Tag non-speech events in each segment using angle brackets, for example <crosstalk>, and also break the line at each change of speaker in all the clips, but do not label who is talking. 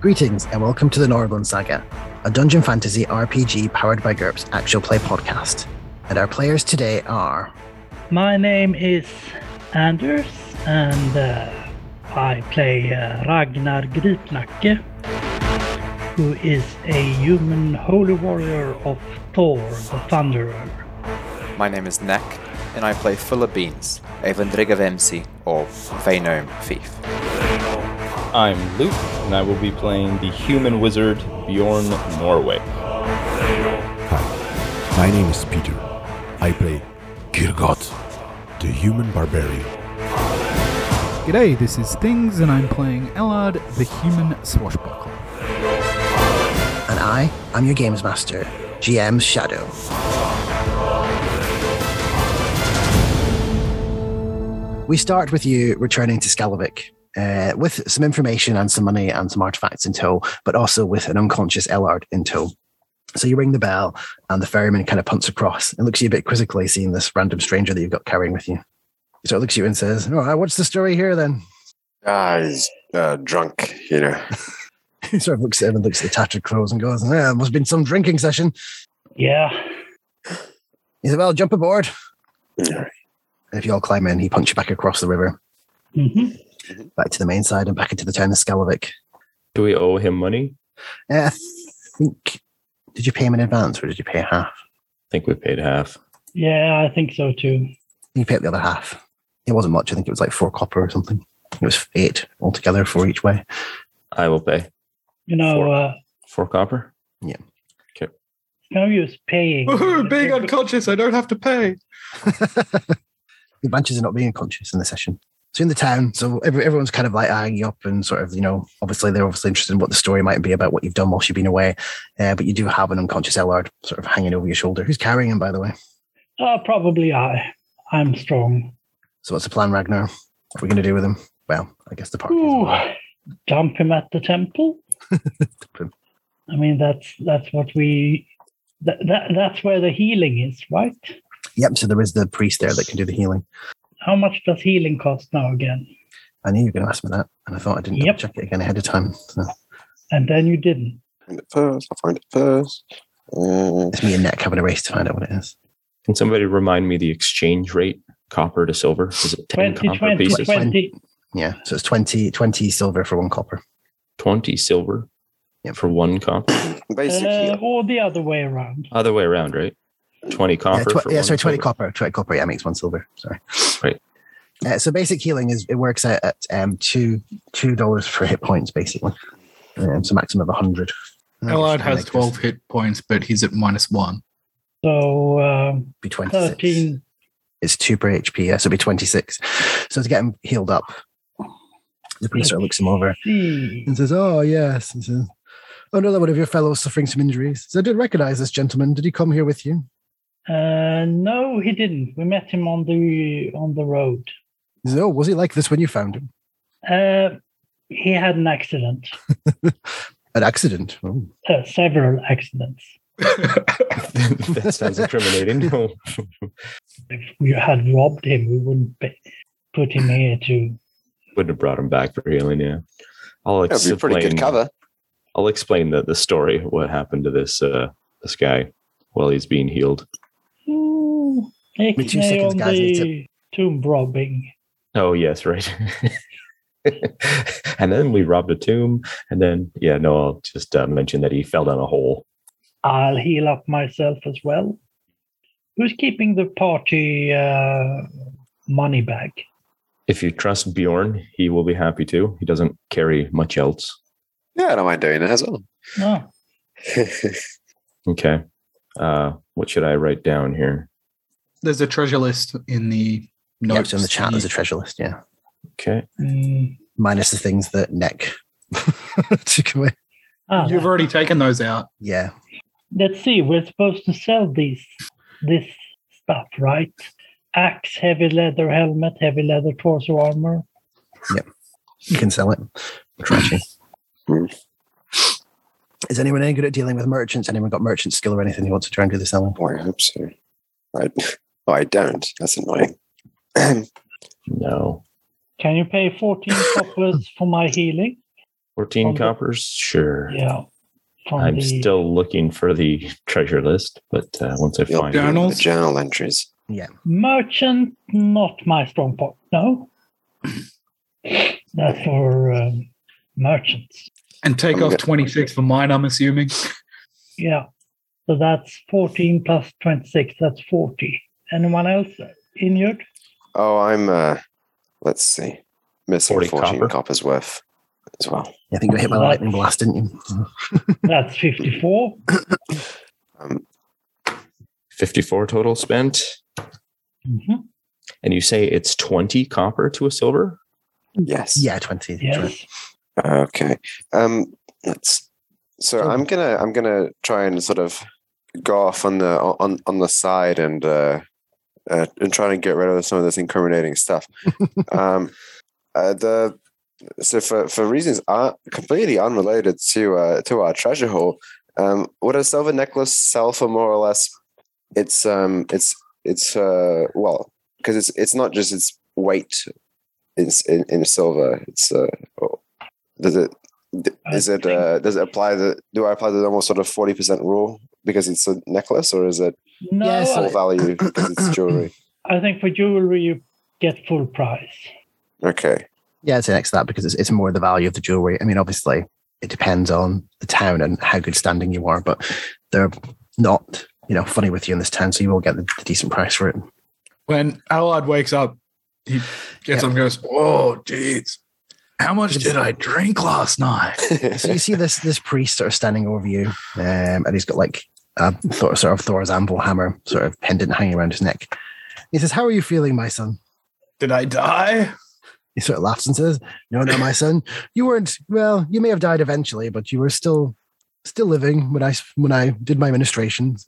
Greetings and welcome to the Norrbourne Saga, a dungeon fantasy RPG powered by GURPS actual play podcast. And our players today are
My name is Anders, and uh, I play uh, Ragnar Gritnacke, who is a human holy warrior of Thor the Thunderer.
My name is Nek, and I play Fuller Beans, a Vendriga MC, or Venom Thief.
I'm Luke, and I will be playing the human wizard Bjorn Norway.
Hi, my name is Peter. I play Kirgot, the human barbarian.
G'day, this is Things, and I'm playing Elard, the human swashbuckler.
and I am your games master, GM Shadow. We start with you returning to Skalvik. Uh, with some information and some money and some artifacts in tow, but also with an unconscious Ellard in tow. So you ring the bell, and the ferryman kind of punts across and looks at you a bit quizzically, seeing this random stranger that you've got carrying with you. So it looks at you and says, "All right, what's the story here then?" <laughs>
Ah, he's uh, drunk, you know.
He sort of looks at him and looks at the tattered clothes and goes, "Yeah, must have been some drinking session."
Yeah,
He said, Well, jump aboard.
Alright.
And if you all climb in, he punts you back across the river,
hmm
back to the main side and back into the town of Skalavik.
Do we owe him money?
Uh, I think, did you pay him in advance or did you pay half?
I think we paid half.
yeah, I think so too.
You paid the other half. It wasn't much. I think it was like four copper or something. It was eight altogether, four each way.
I will pay
You know,
Four.
uh,
four copper.
no use paying.
Woohoo, being unconscious, I don't have to pay.
the bunches are not being conscious in the session. So in the town, so every, everyone's kind of like eyeing you up and sort of, you know, obviously they're obviously interested in what the story might be about what you've done whilst you've been away. Uh, but you do have an unconscious Ellard sort of hanging over your shoulder. Who's carrying him, by the way?
Uh, probably I. I'm strong.
So what's the plan, Ragnar? What are we going to do with him? Well, I guess the party. is
Ooh,
over.
dump him at the
<laughs>
temple. I mean, that's that's what we. That, that that's where the healing is, right?
Yep. So there is the priest there that can do the healing.
How much does healing cost now again?
I knew you were going to ask me that, and I thought I didn't
Yep.
double check it again ahead of time. So
And then you didn't.
Find it first. I'll find it first. Uh,
it's me and Nick having a race to find out what it is.
Can somebody remind me the exchange rate, copper to silver? Is it ten
20,
copper
20,
pieces?
20.
Yeah. So it's 20, 20 silver for one copper.
Twenty silver
Yep.
for one copper.
basically,
Uh, or the other way around.
Other way around, right? Twenty
Yeah,
copper.
tw-
for
yeah
one
sorry, 20
silver.
copper. 20 copper. Yeah, makes one silver. Sorry.
Right.
Uh, so basic healing is it works out at um, two two dollars for hit points basically, um, so maximum of hundred.
Elard Oh, has 12 hit points, but he's at minus one.
So um,
Be twenty six.
13.
It's two per HP, yeah, so it'll be 26. So to get him healed up, the priest sort of looks him over
See.
and says, Oh, yes. He says, oh, no, that one of your fellows suffering some injuries. So I did recognize this gentleman. Did he come here with you?
Uh, no, he didn't. We met him on the on the road.
He says, Oh, was he like this when you found him?
Uh, he had an accident,
An accident. Oh.
uh, several accidents.
<laughs>
<laughs>
that sounds incriminating. <laughs> No.
If we had robbed him, we wouldn't pay, put him here to.
Wouldn't have brought him back for healing. Yeah, I'll
that would be a
explain.
pretty good cover.
I'll explain the, the story of what happened to this uh, this guy while he's being healed.
Ooh, Ixnay
two seconds,
on
guys, I need to-
the tomb robbing.
Oh yes, right. <laughs> and then we robbed a tomb, and then yeah, no, I'll just uh, mention that he fell down a hole.
I'll heal up myself as well. Who's keeping the party uh, money bag?
If you trust Bjorn, he will be happy to. He doesn't carry much else.
Yeah, I don't mind doing it
<laughs>
as well.
No.
Okay. Uh, what should I write down here?
There's a treasure list in the
Yeah,
notes.
so in the chat,
that
there's a treasure list, yeah.
Okay.
Mm.
Minus the things that Nick <laughs> took away.
Ah,
You've already taken those out.
Yeah.
let's see. We're supposed to sell these this stuff, right? Axe, heavy leather helmet, heavy leather torso armor.
You can sell it. Trashy.
Hmm.
<laughs> Is anyone any good at dealing with merchants? Anyone got merchant skill or anything who wants to try and do the selling?
Oh, I hope so. I, oh, I don't. That's annoying. <clears throat>
No.
<coughs>
Can you pay 14 coppers for my healing? From
14
the-
coppers? Sure.
Yeah. From
I'm
the-
still looking for the <laughs> treasure list, but uh, once I
You'll
find
be
it.
on the
Journals?
journal entries.
Merchant, not my strong point.
<coughs>
No. That's for um, merchants.
And take
I'm
off
good.
26 for mine, I'm assuming.
Yeah. So that's 14 plus 26. That's 40. Anyone else injured?
Oh, I'm. uh Let's see. Missing
40
fourteen
copper.
coppers worth as well.
I think you got hit by a lightning blast, didn't you?
That's 54.
Um,
54 total spent.
Mhm.
And you say it's 20 copper to a silver?
yes.
Yeah, twenty. that's right.
Yes.
Okay. Um. Let's. So
Sure.
I'm gonna I'm gonna try and sort of go off on the on on the side and uh, uh and try and get rid of some of this incriminating stuff. um. Uh, the so for for reasons uh, completely unrelated to uh to our treasure haul. Um. Would a silver necklace sell for more or less? It's um. It's it's uh. Well, because it's it's not just its weight. It's in, in silver. It's uh. Does it th-
I
is it
think-
uh, does it apply the do I apply the normal sort of forty percent rule because it's a necklace or is it
No,
Yes,
full
I-
value because it's jewelry?
I think for jewelry you get full price.
Okay.
Yeah, I'd say next to that because it's, it's more the value of the jewelry. I mean, obviously, it depends on the town and how good standing you are, but they're not, you know, funny with you in this town, so you will get the, the decent price for it.
When Allard wakes up, he gets up and goes, Oh, jeez. How much did I drink last night?
So
Uh,
you see this this priest sort of standing over you, um, and he's got like a Thor, sort of Thor's anvil hammer sort of pendant hanging around his neck. He says, "How are you feeling, my son?"
Did I die?
He sort of laughs and says, "No, no, my son, you weren't. Well, you may have died eventually, but you were still still living when I s- when I did my ministrations."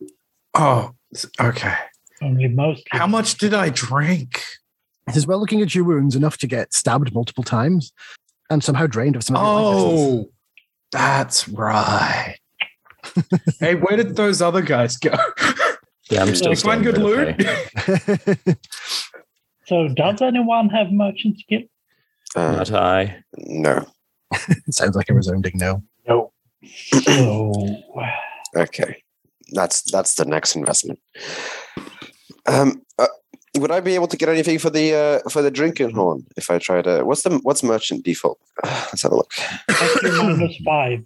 Oh, s- okay.
Only mostly.
How much did I drink?
He says, well, looking at your wounds, enough to get stabbed multiple times and somehow drained of some of your life essence."
Oh, that's right. <laughs> hey, where did those other guys go? <laughs>
Yeah, I'm still
Like one
standing
good
there,
loot.
okay.
So does anyone have merchant skill?
Uh,
Not I.
no.
It <laughs> sounds like a resounding no.
No. <coughs> So
Okay. That's that's the next investment. Um. Uh, would I be able to get anything for the uh, for the drinking horn if I try to? What's the what's merchant default? <sighs> Let's have a look.
IQ minus five.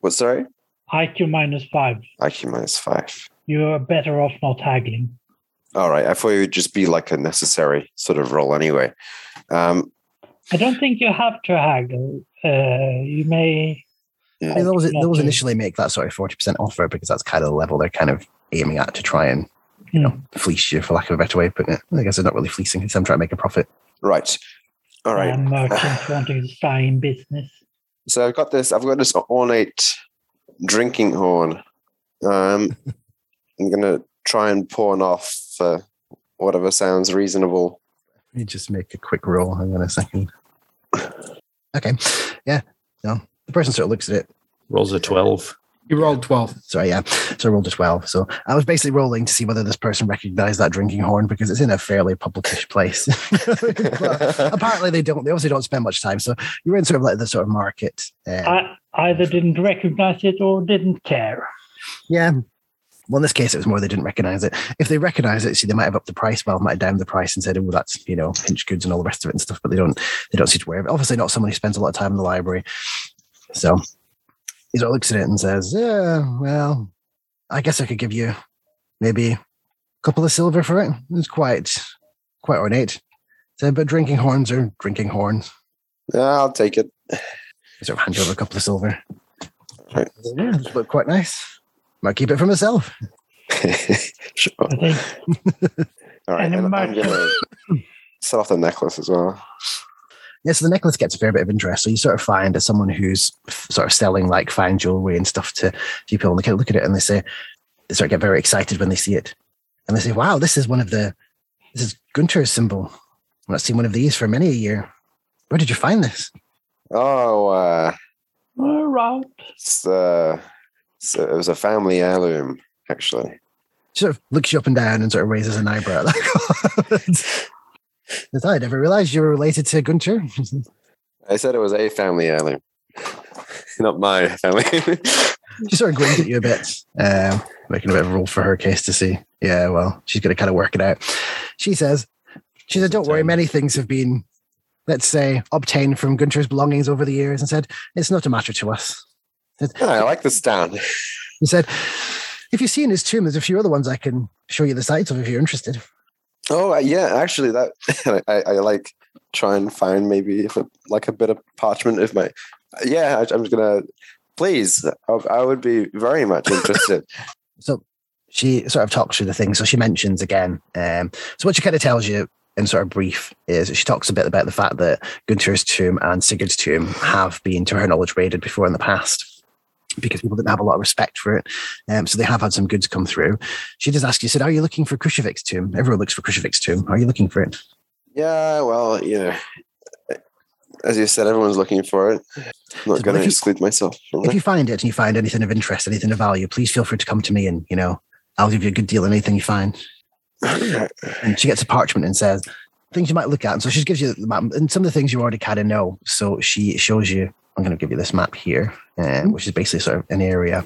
What? Sorry,
IQ minus five.
IQ minus five.
You're better off not haggling.
All right. I thought it would just be like a necessary sort of roll anyway. Um,
I don't think you have to haggle. Uh, you may.
Yeah.
I mean, those, those
Okay.
initially make that sort of 40% offer because that's kind of the level they're kind of aiming at to try and, you
hmm,
know, fleece you, for lack of a better way of putting it. I guess they're not really fleecing because I'm trying to make a profit.
right. All right.
And
<sighs>
merchants wanting to stay in business.
so I've got this. I've got this ornate drinking horn. Um, I'm gonna try and pawn off uh, whatever sounds reasonable.
Let me just make a quick roll. Hang on a second. Okay. Yeah. No. The person sort of looks at it.
Rolls a 12.
You rolled 12.
Sorry, yeah. So I rolled a 12. So I was basically rolling to see whether this person recognized that drinking horn because it's in a fairly publicish place. <laughs> But apparently they don't. They obviously don't spend much time. So you're in sort of like the sort of market. Uh,
I either didn't recognize it or didn't care.
yeah. Well, in this case, it was more they didn't recognize it. If they recognize it, see, they might have upped the price. Well, might have downed the price and said, "Oh, that's you know, pinch goods and all the rest of it and stuff." But they don't. They don't see to wear it. Obviously, not someone who spends a lot of time in the library. So he sort of looks at it and says, "Yeah, well, I guess I could give you maybe a couple of silver for it. It's quite, quite ornate." Said, "But drinking horns are drinking horns."
Yeah, I'll take it. <laughs>
sort of hand over a couple of silver.
Right.
Yeah, those look quite nice. Might keep it for myself.
sure.
I
<sighs>
think
All right.
And a
And I'm
merchant.
gonna
<laughs>
set off the necklace as well.
Yeah, so the necklace gets a fair bit of interest. So you sort of find as someone who's f- sort of selling like fine jewelry and stuff to people, and they kind of look at it and they say they sort of get very excited when they see it, and they say, "Wow, this is one of the this is Gunter's symbol. I've not seen one of these for many a year. Where did you find this?"
Oh, uh,
we're out.
it's, uh, it's, it was a family heirloom, actually.
She sort of looks you up and down and sort of raises an eyebrow. <laughs> Like, Says, I never realized you were related to Gunter.
I said it was a family heirloom. <laughs> Not my family. <laughs>
She sort of grins at you a bit, um, making a bit of a roll for her case to see. Yeah, well, she's going to kind of work it out. She says, she said, don't worry, many things have been, let's say, obtained from Gunter's belongings over the years and said, it's not a matter to us.
I like this town.
He said, if you see in his tomb, there's a few other ones I can show you the sites of if you're interested.
Oh uh, yeah, actually, that <laughs> I, I like try and find maybe if it, like a bit of parchment. If my yeah, I, I'm just gonna please. I, I would be very much <laughs> interested.
So she sort of talks through the thing. So she mentions again. Um, so what she kind of tells you in sort of brief is she talks a bit about the fact that Gunther's tomb and Sigurd's tomb have been, to her knowledge, raided before in the past because people didn't have a lot of respect for it. Um, so they have had some goods come through. She just asked you, said, Are you looking for Khrushchev's tomb? Everyone looks for Khrushchev's tomb. Are you looking for it?
yeah, well, you know, as you said, everyone's looking for it. I'm
So
not gonna
if you-
exclude myself. from
If
it.
you find it and you find anything of interest, anything of value, please feel free to come to me and, you know, I'll give you a good deal on anything you find. And she gets a parchment and says, Things you might look at. And so she gives you the map and some of the things you already kind of know. So she shows you, I'm going to give you this map here, uh, which is basically sort of an area.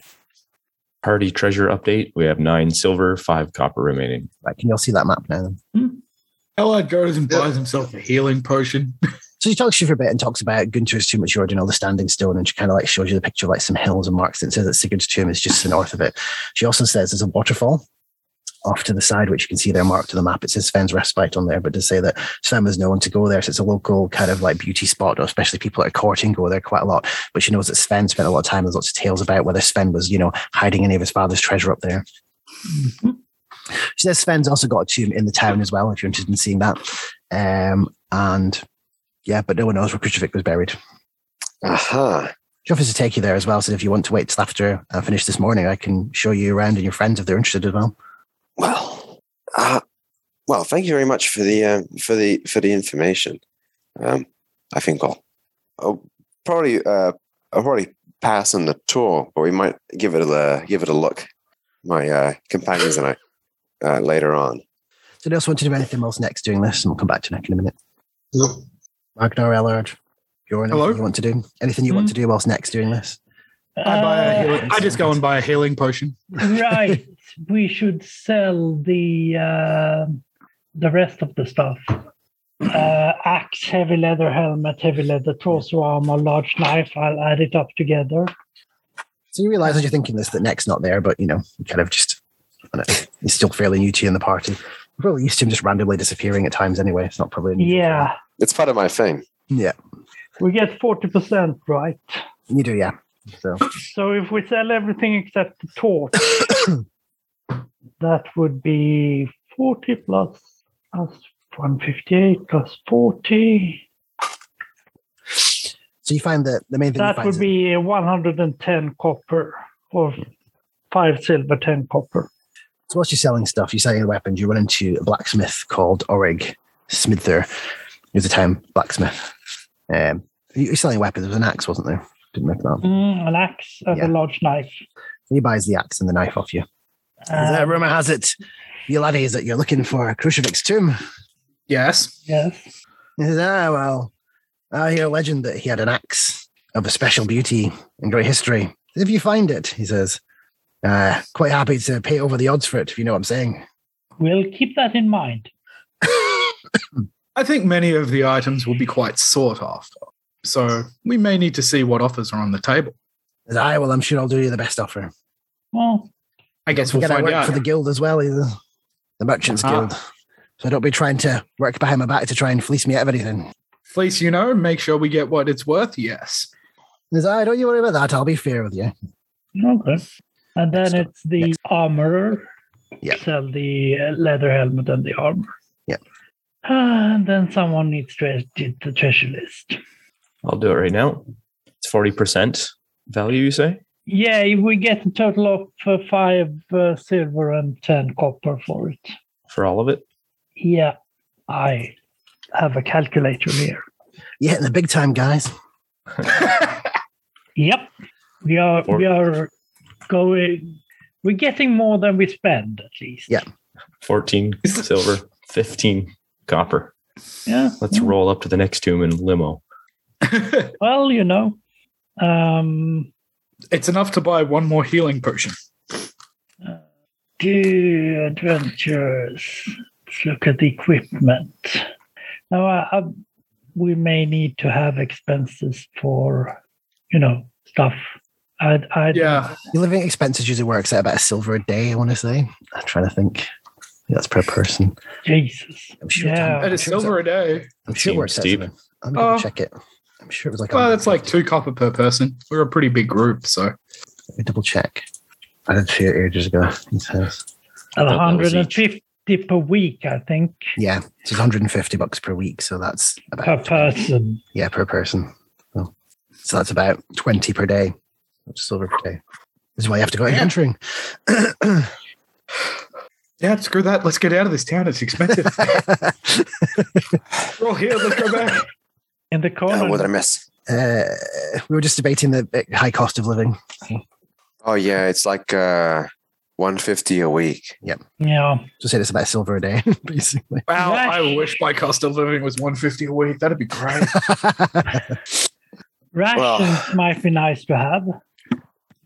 Party treasure update. We have nine silver, five copper remaining.
Right, can you all see that map now?
Elad goes and buys himself a healing potion. <laughs>
So she talks to you for a bit and talks about Gunter's tomb, which you already know, the standing stone, and she kind of like shows you the picture of like some hills and marks and says that Sigurd's tomb is just to the north of it. She also says there's a waterfall off to the side, which you can see there marked on the map. It says Sven's respite on there, but to say that Sven was known to go there, so it's a local kind of like beauty spot, or especially people that are courting go there quite a lot. But she knows that Sven spent a lot of time, there's lots of tales about whether Sven was, you know, hiding any of his father's treasure up there. She says Sven's also got a tomb in the town as well, if you're interested in seeing that. Um, and yeah, but no one knows where Krushevik was buried.
<laughs> Aha.
She offers to take you there as well. So if you want to wait till after I finish this morning, I can show you around and your friends if they're interested as well.
Well, uh, well, thank you very much for the um, for the for the information. Um, I think I'll, I'll probably uh, I'll probably pass on the tour, but we might give it a give it a look. My uh, companions and I uh, later on.
So they also want to do anything else next doing this, and we'll come back to Nick in a minute. Magnar Ellard, you're anything
Hello?
you want to do? Anything you want
Hmm?
to do whilst next doing this?
I buy a
Uh,
healing. I just go and buy a healing potion.
<laughs>
right. We should sell the uh, the rest of the stuff. Uh, axe, heavy leather helmet, heavy leather torso armor, large knife. I'll add it up together.
So you realise as you're thinking this that Nick's not there, but you know, you kind of just I don't know, he's still fairly new to you in the party. We're probably used to him just randomly disappearing at times anyway. It's not probably unusual.
Yeah,
It's part of my thing.
Yeah.
we get forty percent, right?
You do, yeah. So
So if we sell everything except the
<coughs>
torch, that would be forty plus plus one fifty eight plus forty.
so you find that the main thing you
That
find is
would be 110 copper or five silver, 10 copper.
So whilst you're selling stuff, you're selling the weapons, you run into a blacksmith called Orig Smither. He's a town blacksmith. Um, you- you're selling weapons. There was an axe, wasn't there? Didn't make that.
Mm, an axe and
Yeah.
a large knife.
He buys the axe and the knife off you.
Uh,
rumor has it, you laddies, that you're looking for Khrushchev's tomb.
Yes.
yes.
He says, ah, well, I hear a legend that he had an axe of a special beauty and great history. If you find it, he says, uh, quite happy to pay over the odds for it, if you know what I'm saying. <laughs>
We'll keep that in mind.
I think many of the items will be quite sought after. So we may need to see what offers are on the table.
He says, aye, well, I'm sure I'll do you the best offer.
Well,
I guess we'll
Forget I
find
work
out.
for the guild as well, either the Merchants
Ah.
Guild. So don't be trying to work behind my back to try and fleece me out of anything.
Fleece, you know, make sure we get what it's worth. Yes. <laughs>
There's, I don't you worry about that. I'll be fair with you.
okay. And then
Next
it's the armorer.
Yeah.
Sell the uh, leather helmet and the armor.
Yeah.
Ah, and then someone needs to edit the treasure list.
I'll do it right now. It's 40% value, you say?
Yeah, if we get a total of uh, five uh, silver and 10 copper for it.
For all of it?
Yeah, I have a calculator here.
You're hitting the big time, guys.
Yep, we are
Or-
we are going. We're getting more than we spend, at least.
Yeah.
14
<laughs>
silver, 15 copper.
yeah.
Let's roll up to the next tomb in limo.
Well, you know, Um,
It's enough to buy one more healing potion.
do adventures. Let's look at the equipment. Now, I, I- we may need to have expenses for, you know, stuff. I, I
Yeah.
Your living expenses usually works at about a silver a day, I want to say. I'm trying to think. Yeah, That's per person.
Jesus.
I'm sure,
Yeah.
I'm,
At a
sure it was-
silver a day.
I'm sure it
Seems
works out.
steep.
I'm going
Oh.
to check it. I'm sure it was like,
Well, that's like two copper per person. We're a pretty big group, so
Let me double check. I didn't see it ages ago. It says.
I thought that was each.
150 per week, I think,
Yeah, so it's 150 bucks per week. So that's about
per person.
Yeah, per person. So, so that's about 20 per day, which is silver per day. This is why you have to go out adventuring.
yeah, screw that. Let's get out of this town. It's expensive. <laughs> We're all here. Let's go back.
In the corner,
Oh, what did I miss?
<coughs> uh, we were just debating the big high cost of living.
Oh yeah, it's like uh, one fifty a week.
yeah,
Just said it's about silver a day, <laughs> basically.
<laughs> Wow,
Yeah.
I wish my cost of living was one fifty a week. That'd be <laughs> great.
rations
Well- <sighs>
might be nice to have.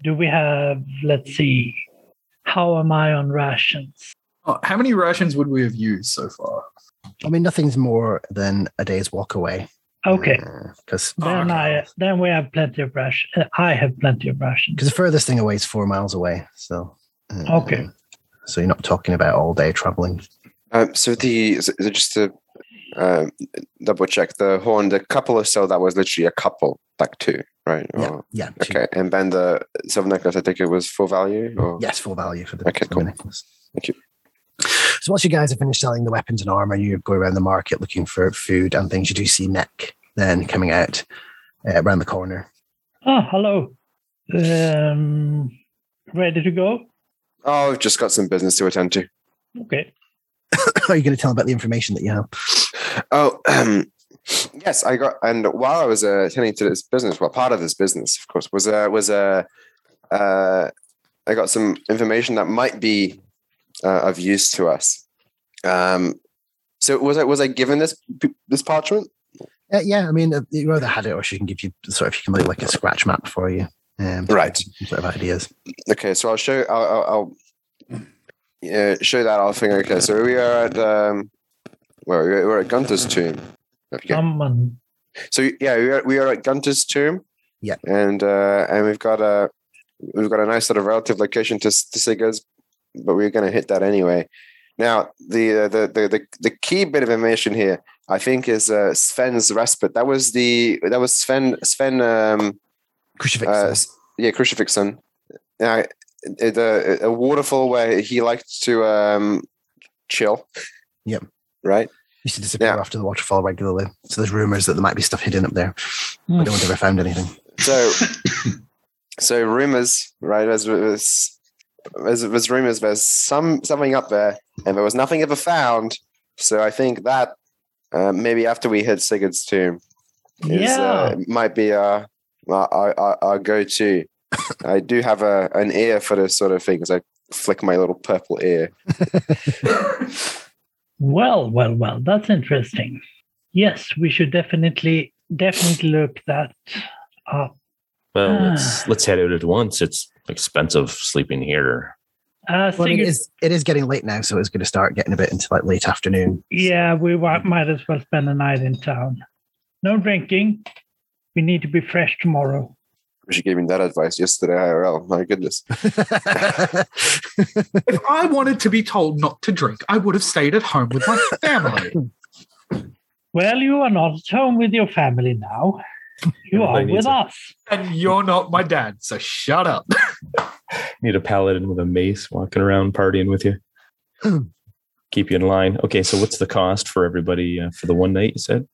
Do we have? Let's see. How am I on rations?
Oh, how many rations would we have used so far?
I mean, nothing's more than a day's walk away. Uh,
Okay,
Because
then I then we have plenty of rations. I have plenty of rations.
the furthest thing away is four miles away. So.
Hmm.
uh,
Okay.
So you're not talking about all day traveling.
Um, so the is it just to um, double check the horn, the couple of so that was literally a couple, like two, right?
Yeah.
Or-
Yeah. two-
Oh, okay, and then the silver necklace, I think it was full value. Or?
Yes, full value for the
Okay,
for the
cool.
necklace.
Thank you.
So once you guys have finished selling the weapons and armor, you go around the market looking for food and things. You do see Neck then coming out uh, around the corner. <coughs>
Oh, hello. Um, ready to go?
Oh, I've just got some business to attend to.
Okay.
Are you going to tell about the information that you have?
Oh, <clears throat> yes, I got. And while I was uh, attending to this business, well, part of this business, of course, was uh, was uh, uh, I got some information that might be uh, of use to us. Um, so was I was I given this this parchment?
Uh, yeah, I mean, uh, you either had it or she can give you sort of, you can make like a scratch map for you. Um,
Right.
some Sort of ideas.
Okay, so I'll show. I'll, I'll, I'll yeah, show that off thing. Okay, so we are at um, well, we're we're at Gunther's tomb. Okay.
Um, Someone.
So yeah, we are, we are at Gunter's tomb.
Yeah.
and uh, and we've got a we've got a nice sort of relative location to S- to Sigur's, but we're going to hit that anyway. Now the, uh, the the the the key bit of information here, I think, is uh, Sven's respite. That was the that was Sven Sven um,
Crucifix.
uh,
so-
s- yeah Crucifixon. Now it, uh, a waterfall where he liked to um, chill.
Yep.
Right.
used to disappear
yeah.
after the waterfall regularly. So there's rumors that there might be stuff hidden up there. But no one's ever found anything.
So, so rumors, right? There's, there's, there's, there's rumors. There's some something up there, and there was nothing ever found. So I think that uh, maybe after we hit Sigurd's tomb, is,
Yeah.
uh, might be our our, our, our- our go-to. I do have a an ear for this sort of things. I flick my little purple ear.
Well, well, well. That's interesting. Yes, we should definitely definitely look that up.
Well,
Ah.
let's let's head out at once. It's expensive sleeping here.
Uh,
Well, it
Sigurd-
is, it is getting late now, so it's going to start getting a bit into like late afternoon.
<laughs>
<laughs>
Yeah, we wa- might as well spend a night in town. No drinking. We need to be fresh tomorrow.
She gave me that advice yesterday. IRL. My goodness.
If I wanted to be told not to drink, I would have stayed at home with my family.
Well, you are not at home with your family now. You are
Everybody needs
with
a-
us.
<laughs> and you're not my dad, so shut up.
Need a paladin with a mace walking around partying with you.
<clears throat>
Keep you in line. Okay, so what's the cost for everybody uh, for the one night? You said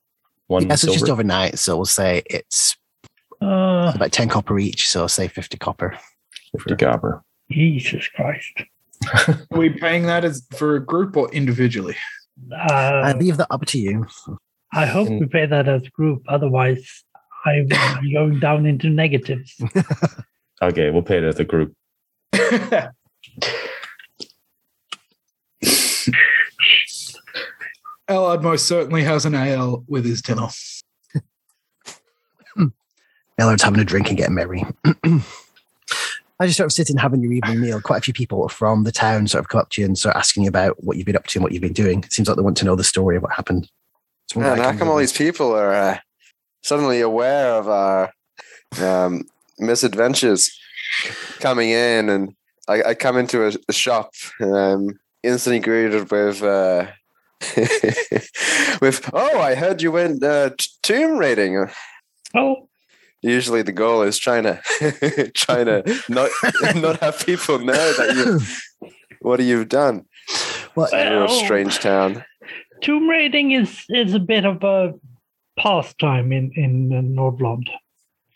one
yeah, so it's
silver.
just overnight. So we'll say it's
Uh,
about 10 copper each. So say 50 copper.
Fifty copper.
Jesus Christ.
Are we paying that as for a group or individually?
I
Uh,
leave that up to you.
I hope we pay that as a group. Otherwise, I will be going down into negatives.
Okay, we'll pay it at the group.
<laughs> Allard most certainly has an AL with his dinner.
Ellard's having a drink and getting merry. <clears throat> As you're sort of sitting having your evening meal, quite a few people from the town sort of come up to you and start asking you about what you've been up to and what you've been doing. It seems like they want to know the story of what happened. It's more
Man,
like
how
I'm
come all these people are uh, suddenly aware of our um, misadventures coming in? And I, I come into a, a shop and I'm instantly greeted with, uh, <laughs> with oh, I heard you went uh, t- tomb raiding.
Oh,
Usually, the goal is trying to <laughs> trying to not <laughs> not have people know that you what you've done.
<coughs> Well-
It's a real strange town.
tomb raiding is is a bit of a pastime in in uh, Nordland.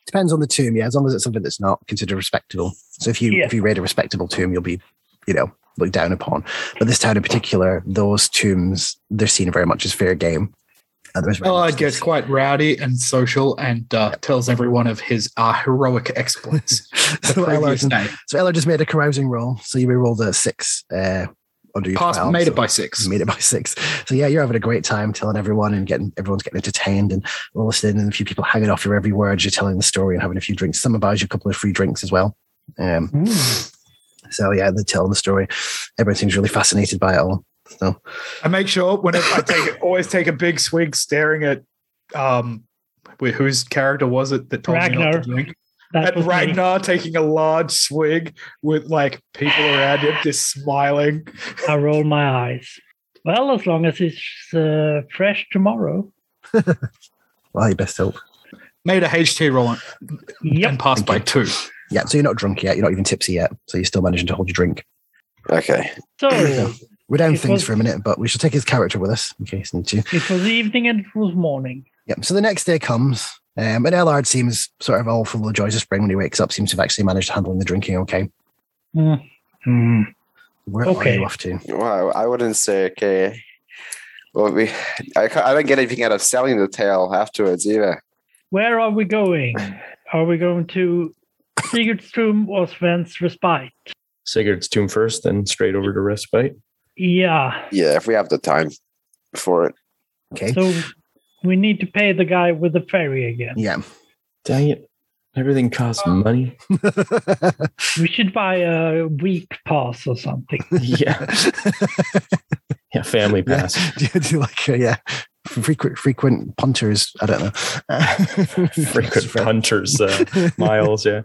Depends on the tomb, yeah. As long as it's something that's not considered respectable. So if you
Yeah.
if you raid a respectable tomb, you'll be, you know, looked down upon. But this town in particular, those tombs they're seen very much as fair game. Uh, there is very
Ellard
much- <laughs>
gets quite rowdy and social and uh, tells everyone of his uh, heroic
<laughs>
exploits. the
So
previous
Ellard's-
day.
so Ella just made a carousing roll. So you rolled a six uh, under your
Passed,
12,
made
so-
it by six.
Made it by six. So yeah, you're having a great time telling everyone and getting everyone's getting entertained and listening and a few people hanging off your every word. You're telling the story and having a few drinks. Some buys you a couple of free drinks as well. Um,
Hmm.
so yeah, they're telling the story. Everyone seems really fascinated by it all. So
I make sure whenever I take <laughs> always take a big swig staring at um wait, whose character was it that told me not
Ragnar.
to drink?
That
And
was me.
Ragnar taking a large swig with like people around him just smiling.
I roll my eyes. Well, as long as it's uh, fresh tomorrow.
well, you best hope.
Made a HT roll and- and
Yep.
passed by two.
Yeah, so you're not drunk yet. You're not even tipsy yet. So you're still managing to hold your drink.
Okay.
So
We're down
It
things
was-
for a minute, but we shall take his character with us in case we need to.
it was evening and it was morning.
Yep. So the next day comes, um, and Ellard seems sort of all full of joys of spring when he wakes up. Seems to have actually managed handling the drinking okay.
Hmm.
Where are
Okay.
you off to?
Wow, I wouldn't say okay. Well, we, I, ca- I don't get anything out of selling the tale afterwards either.
Where are we going? Are we going to Sigurdstrom or Sven's Respite?
Sigurd's tomb first, then straight over to respite.
Yeah.
Yeah, if we have the time for it. <laughs>
Okay.
So we need to pay the guy with the ferry again.
yeah.
Dang it! Everything
Uh.
costs
<laughs>
money.
We should buy a week pass
<laughs>
or something.
Yeah, yeah. Family
Yeah.
pass.
<laughs> do, you, do you like uh, yeah frequent frequent punters? I don't know.
Frequent punters uh,
<laughs>
miles. Yeah,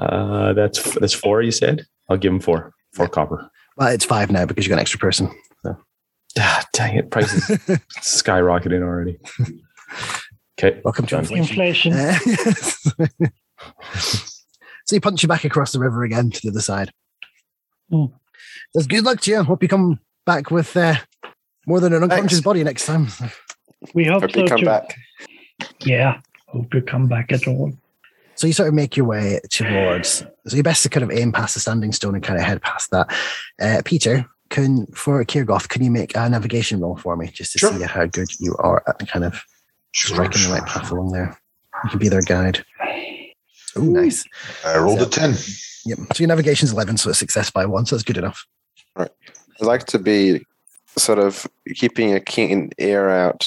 uh, that's that's four. You said I'll give him four. Four copper.
Well, it's five now because you got an extra person.
Ah, dang it! Prices
<laughs>
skyrocketing already. Okay.
Welcome to
Done.
inflation.
Inflation.
Uh, yes. <laughs> so you punch you back across the river again to the other side.
Hmm.
Says good luck to you. Hope you come back with uh, more than an unconscious
Thanks.
body next time.
we hope,
Hope
so
you come
too.
back.
Yeah. Hope you come back at all.
So you sort of make your way towards. So you're best to kind of aim past the standing stone and kind of head past that. Uh, Peter, can for Kirgoth, can you make a navigation roll for me just to
Sure.
see how good you are at kind of striking the right path along there? You can be their guide. Oh, nice.
I rolled a
So-
10.
Yep. So your navigation's eleven, so it's success by one, so that's good enough.
I'd like to be sort of keeping a keen ear out,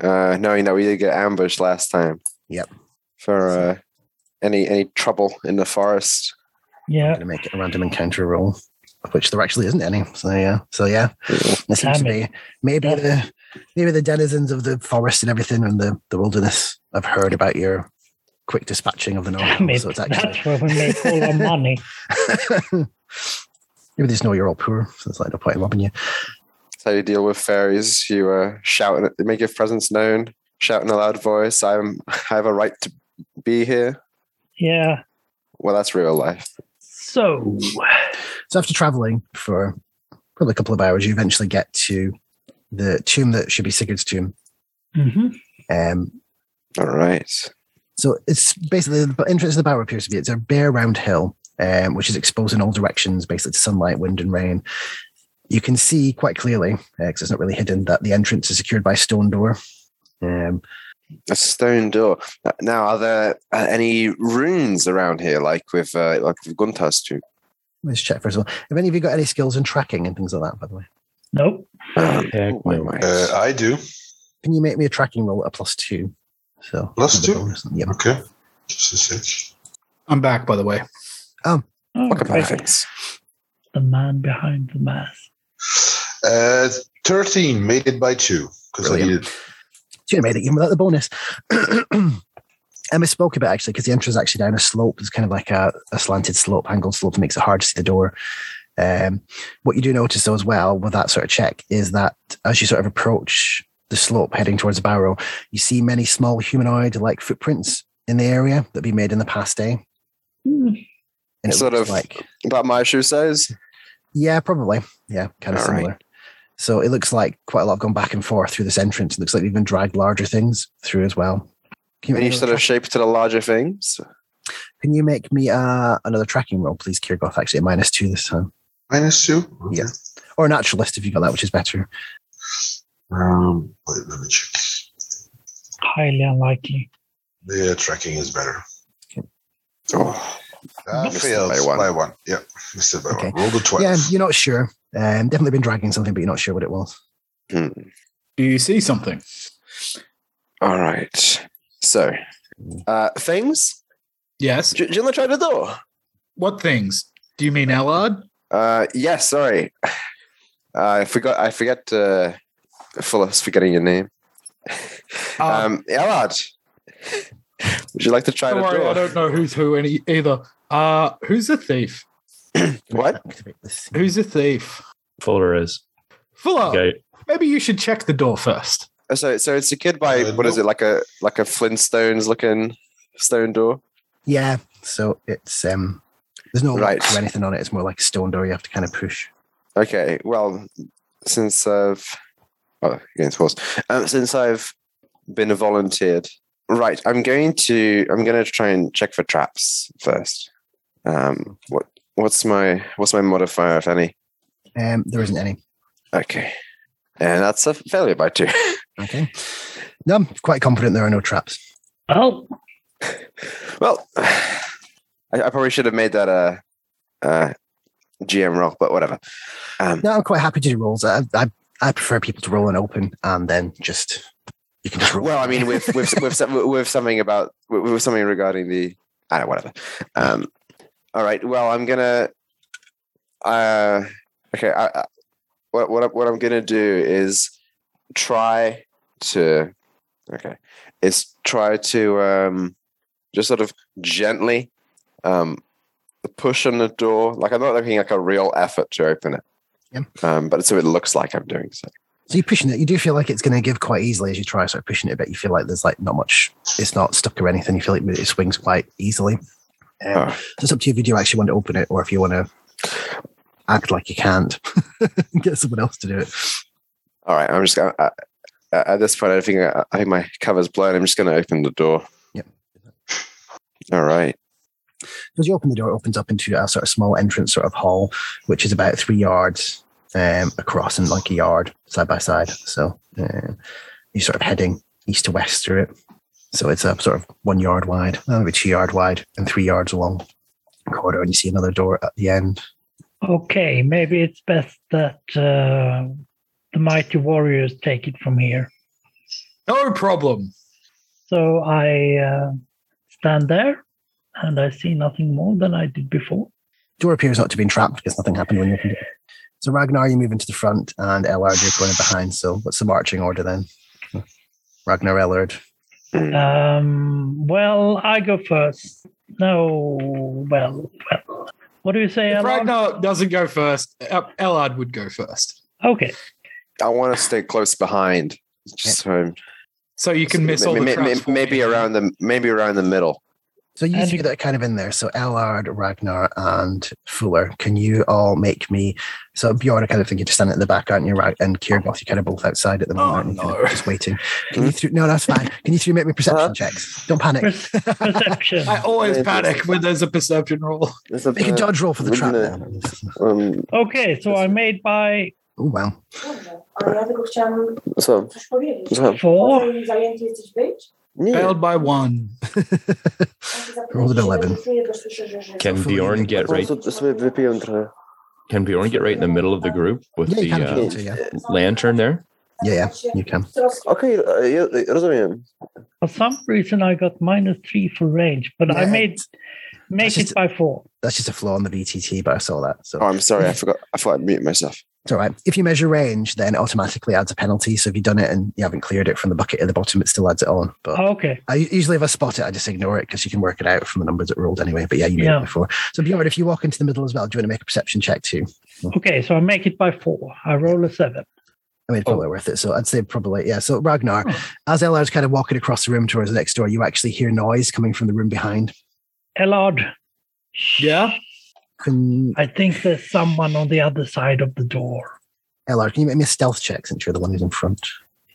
uh, knowing that we did get ambushed last time.
Yep.
For uh, any any trouble in the forest.
I'm
Yeah.
gonna make it a random encounter roll, of which there actually isn't any. So yeah. So yeah. It seems to
Damn
be maybe
Damn
the maybe the denizens of the forest and everything and the, the wilderness have heard about your quick dispatching of the
<laughs>
north.
Damn it.
Oh, So it's actually <laughs>
That's where we make all our money.
maybe they just know you're all poor, so it's like no point in robbing you.
That's how you deal with fairies. You uh, shout and make your presence known, shout in a loud voice. I'm I have a right to be here.
Yeah.
Well, that's real life.
So
So after traveling for probably a couple of hours, you eventually get to the tomb that should be Sigurd's tomb.
mhm.
Um,
All right.
So it's basically the entrance to the bower appears to be it's a bare round hill, um, which is exposed in all directions, basically to sunlight, wind, and rain. You can see quite clearly, because it's not really hidden, that the entrance is secured by a stone door. Um,
A stone door. Now, are there uh, any runes around here, like with uh, like with Gunthar's tomb?
let's check first of all. Have any of you got any skills in tracking and things like that, by the way?
nope.
Heck
Oh, wait,
no.
wait.
Uh, I do.
Can you make me a tracking roll at a plus two? So
Plus
another
two?
bonus. Yep.
Okay.
Just a sec.
I'm back, by the way.
Oh,
Look at my
perfect.
face.
The man behind the mask.
Uh, 13 made it by two because I
Brilliant.
needed.
Should have made it even without the bonus. <clears throat> Emma spoke about actually because the entrance is actually down a slope. It's kind of like a, a slanted slope, angled slope, makes it hard to see the door. Um, what you do notice though as well with that sort of check is that as you sort of approach the slope heading towards the barrow, you see many small humanoid-like footprints in the area that be made in the past day.
Hmm,
And it
Sort
looks
of-
like
About my shoe size.
yeah, probably. Yeah, kind of
All right.
similar. So it looks like quite a lot have gone back and forth through this entrance. It looks like they've even dragged larger things through as well. Can you,
Any
make
sort
another
of
tra-
shape to the larger things.
can you make me uh, another tracking roll, please, Kirgoth? Actually, a minus two this time,
Minus two? Okay.
Yeah. or a naturalist if you got that, which is better.
Um, wait, let me check.
Highly unlikely.
The tracking is better.
Oh,
Uh,
Missed it
failed
by one.
by one. Yeah, missed it by
Okay.
one. Rolled a 12.
Yeah, you're not sure. Um, definitely been dragging something, but you're not sure what it was.
Do you see something?
all right. So, uh, things.
Yes.
J- Jilla tried the door.
What things? Do you mean Elard?
Uh, yeah, sorry. I forgot. I forget. Uh, full of forgetting your name. Um, Elad. Would you like to try
Ah. don't
the
worry, I
door?
don't know who's who any either. Uh, who's the thief?
What?
Activate this.
Who's the thief?
Fuller is.
Oh,
Fuller.
Okay.
Maybe you should check the door first.
Oh, So, so it's secured by
Uh,
what is
no.
it? Like a like a Flintstones looking stone door.
Yeah, so it's um, there's no
Right.
lock or anything on it. It's more like a stone door. You have to kind of push.
Okay. Well, since I've oh, against horse. Um, since I've been volunteered, right? I'm going to I'm going to try and check for traps first. Um, what what's my what's my modifier if any?
Um, there isn't any.
Okay, and that's a failure by two. <laughs>
Okay. No, I'm quite confident there are no traps.
Well,
well, <sighs> I, I probably should have made that a, a GM roll, but whatever. Um,
No, I'm quite happy to do rolls. I, I, I prefer people to roll an open and then just you can just <laughs> roll.
Well, I mean, with with with, some- with something about with, with something regarding the I don't whatever. Um, all right. Well, I'm gonna. Uh, okay. I, I, what what I- what I'm gonna do is try to. Okay, is try to um, just sort of gently um, push on the door. Like I'm not making like a real effort to open it.
Yeah.
Um, but so it looks like I'm doing so.
so you're pushing it. You do feel like it's going to give quite easily as you try sort of pushing it a bit. You feel like there's like not much. It's not stuck or anything. You feel like it swings quite easily. Um,
Oh.
So it's up to you if you do actually want to open it or if you want to act like you can't <laughs> and get someone else to do it.
All right, I'm just gonna. Uh, uh, at this point, I think I, I think my cover's blown. I'm just gonna open the door.
Yep.
All right.
As you open the door, it opens up into a sort of small entrance sort of hall, which is about three yards um, across and like a yard side by side. So um you're sort of heading east to west through it. So it's a sort of one yard wide, uh, maybe two yard wide, and three yards long corridor. And you see another door at the end.
okay, maybe it's best that uh, the mighty warriors take it from here.
No problem.
So I uh, stand there and I see nothing more than I did before.
Door appears not to be entrapped because nothing happened when you opened it. So Ragnar, you move into the front, and Ellard, you're going behind. So what's the marching order then? Ragnar, Ellard.
Mm.
Uh,
Um, well, I go first. No, well, well. What do you say,
If
Alan?
Ragnar doesn't go first, El- Elard would go first.
Okay.
I want to stay close behind, just so I'm-
So you can miss all
may-
the
may- may-
traps for
maybe
me.
around the maybe around the middle.
So you
And-
three that are kind of in there. So Ellard, Ragnar, and Fuller. Can you all make me? So Bjorn, I kind of think you're just standing at the back, aren't you? Right, and Kiergoth, you're kind of both outside at the moment,
Oh,
aren't you? Kind of
no.
just waiting. Can you three? No, that's fine. Can you three make me perception
Huh?
checks? Don't panic.
Per- perception.
<laughs> I always panic when there's a perception roll.
There's a
<laughs> Make a
bit-
dodge roll for the trap.
Uh, Wouldn't
now.
Um,
Okay, so I made by
Oh wow!
Ale ja tylko chciałam
so,
coś powiedzieć.
so
Oh.
Po
four.
co im zajęty jesteś być?
yeah.
Failed by one.
Ja się zapytam,
Rolled
czy
an
się
11.
dobrze czuję, bo słyszę, że- że-
Can Bjorn get right?
Also, just maybe be under-
Can Bjorn get right in the middle of the group with
Yeah, you
the
kind of
uh,
need to, yeah.
lantern there?
Yeah, yeah, you can.
Oh,
Okej, e, ja- e, rozumiem.
For some reason, I got minus three for range, but I
Yeah,
made make it by four.
That's just a flaw on the BTT, but I saw that. So
Oh, I'm sorry. I forgot. I thought I muted myself.
it's all right. If you measure range, then it automatically adds a penalty. So if you've done it and you haven't cleared it from the bucket at the bottom, it still adds it on. But
Okay.
I usually, if I spot it, I just ignore it because you can work it out from the numbers it rolled anyway. But yeah, you made
Yeah.
it before. So Bjorn, if you walk into the middle as well, do you want to make a perception check too?
Okay, so I make it by four. I roll a seven.
I mean, probably worth it. So I'd say probably, yeah. So Ragnar, as Ellard's kind of walking across the room towards the next door, you actually hear noise coming from the room behind.
Elard,
Yeah. Can
I think there's someone on the other side of the door.
Ellard, can you make me a stealth check since you're the one who's in front?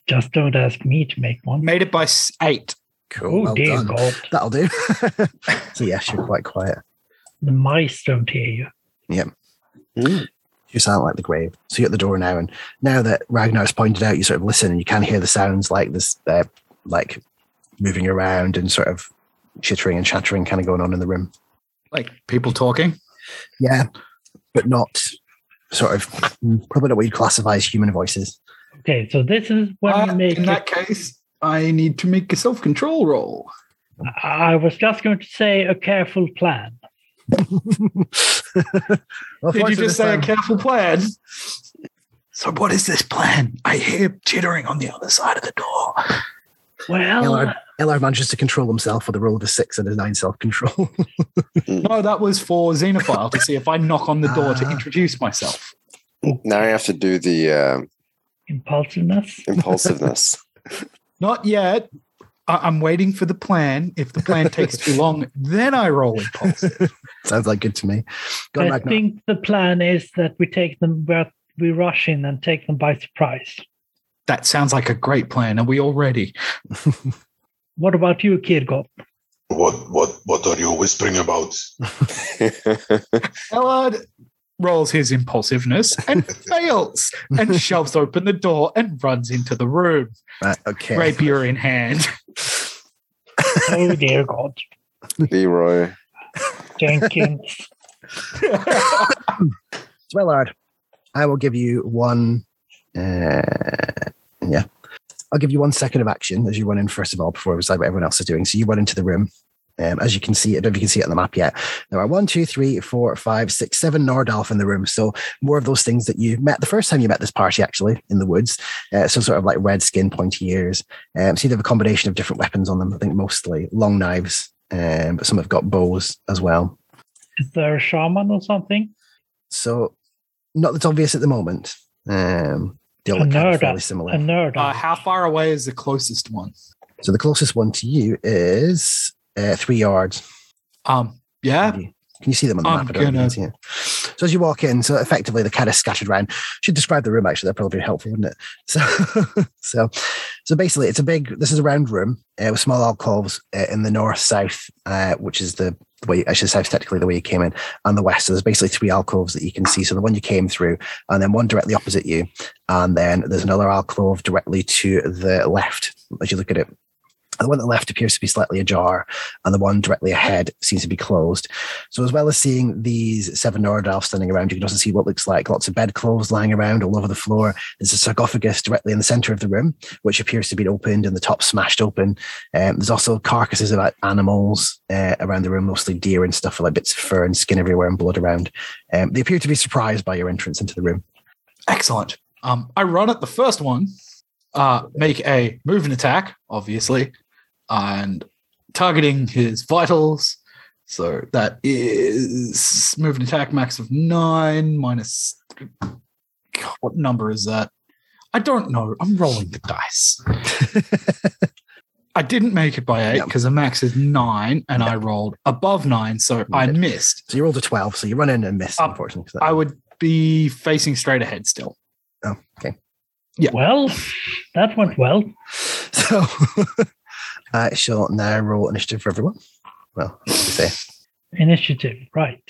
Just don't ask me to make one.
Made it by s- eight.
Cool.
Oh,
well
dear
done.
God.
That'll do. <laughs> so yes, you're quite quiet.
The mice don't hear you.
Yeah. You sound like the grave. So you're at the door now, and now that Ragnar's pointed out, you sort of listen and you can hear the sounds like this, uh, like moving around and sort of chittering and chattering kind of going on in the room.
Like people talking.
Yeah, but not sort of probably not what you'd classify as human voices.
Okay, so this is when
Ah,
we make
In
it.
that case, I need to make a self control roll.
I was just going to say a careful plan.
Did you just say a
Unfortunately,
careful plan? So what is this plan? I hear chittering on the other side of the door.
Well,
Ellard, Ellard manages to control himself with a roll of a six and a nine self control.
No, that was for Xenophile to see if I knock on the door to
Ah.
introduce myself.
Now I have to do the um
impulsiveness.
impulsiveness. <laughs>
Not yet. I- I'm waiting for the plan. If the plan takes too long, then I roll impulse.
<laughs>
<laughs>
Sounds like good to me. Go on,
I
Ragnar.
think the plan is that we take them, but we rush in and take them by surprise.
That sounds like a great plan. Are we all ready?
What about you, Kirgo?
What what what are you whispering about?
Ellard rolls his impulsiveness <laughs> and fails and shoves open the door and runs into the room,
Right, okay.
rapier in hand.
<laughs>
Oh dear God,
Leroy.
Jenkins.
So, Ellard, I will give you one. Uh, yeah. I'll give you one second of action as you run in, first of all, before I decide what everyone else is doing. So you run into the room. Um, as you can see, I don't know if you can see it on the map yet. There are one, two, three, four, five, six, seven Nordalf in the room. So more of those things that you met the first time you met this party, actually, in the woods. Uh, so sort of like red skin, pointy ears. Um, so they have a combination of different weapons on them. I think mostly long knives, um, but some have got bows as well.
Is there a shaman or something?
So not that's obvious at the moment. Um, they
A
all look kind of
nerd.
fairly
A
similar.
nerd.
Uh, how far away is the closest one?
So the closest one to you is uh, three yards.
Um, yeah,
Can you see them on the
I'm
map? I don't know if you
gonna-
can see it. So as you walk in, so effectively the kind of scattered around. Should describe the room actually. That'd probably be helpful, wouldn't it? So, <laughs> so, so basically, it's a big. This is a round room uh, with small alcoves uh, in the north, south, uh, which is the, the way actually south technically the way you came in, and the west. So there's basically three alcoves that you can see. So the one you came through, and then one directly opposite you, and then there's another alcove directly to the left as you look at it. The one on the left appears to be slightly ajar, and the one directly ahead seems to be closed. So, as well as seeing these seven Nordalf standing around, you can also see what looks like lots of bedclothes lying around all over the floor. There's a sarcophagus directly in the center of the room, which appears to be opened and the top smashed open. Um, there's also carcasses of uh, animals uh, around the room, mostly deer and stuff, with like bits of fur and skin everywhere and blood around. Um, they appear to be surprised by your entrance into the room.
excellent. Um, I run at the first one, uh, make a move and attack, obviously, and targeting his vitals. So that is move and attack max of nine minus. God, what number is that? I don't know. I'm rolling the dice. I didn't make it by eight
Yep.
because the max is nine, and I rolled above nine, so I missed.
So, you rolled a 12, so you run in and miss,
Up.
unfortunately. <laughs> 'cause that-
I would be facing straight ahead still.
Oh, okay.
Well, that went well.
So <laughs> I shall now roll initiative for everyone. Well, what do you say?
Initiative, right.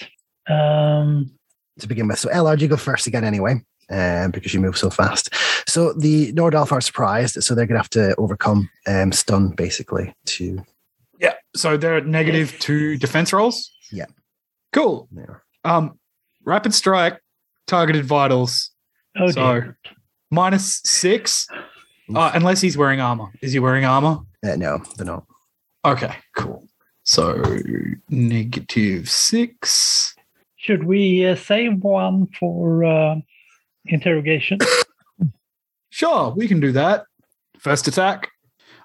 Um,
to begin with. So LRG go first again anyway, um, because you move so fast. So the Nordalf are surprised, so they're gonna have to overcome um, stun basically to
Yeah. So they're at negative two defense rolls.
Yeah.
Cool.
yeah.
Um, rapid strike, targeted vitals.
oh
so
dear.
minus six Uh, unless he's wearing armor. Is he wearing armor?
Uh, no, they're not.
Okay, cool. So negative six.
Should we uh, save one for uh, interrogation?
Sure, we can do that. First attack.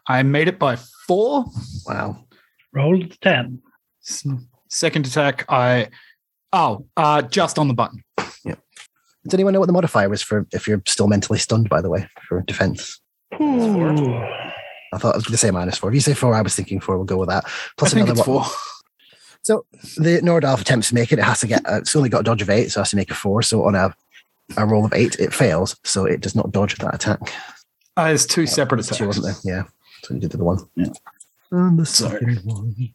I made it by four.
Wow.
Rolled 10.
S- Second attack, I. Oh, uh, just on the button.
Does anyone know what the modifier was for if you're still mentally stunned, by the way, for defense?
Ooh.
I thought I was going to say minus four. If you say four, I was thinking four. We'll go with that. Plus
I think
another
it's
one.
four.
So the Nordalf attempts to make it. It has to get. Uh, it's only got a dodge of eight, so it has to make a four. So on a a roll of eight, it fails. So it does not dodge that attack.
Uh, it's two separate attacks.
She wasn't there. Yeah. So you did the one.
Yeah.
And the
Sorry.
second one.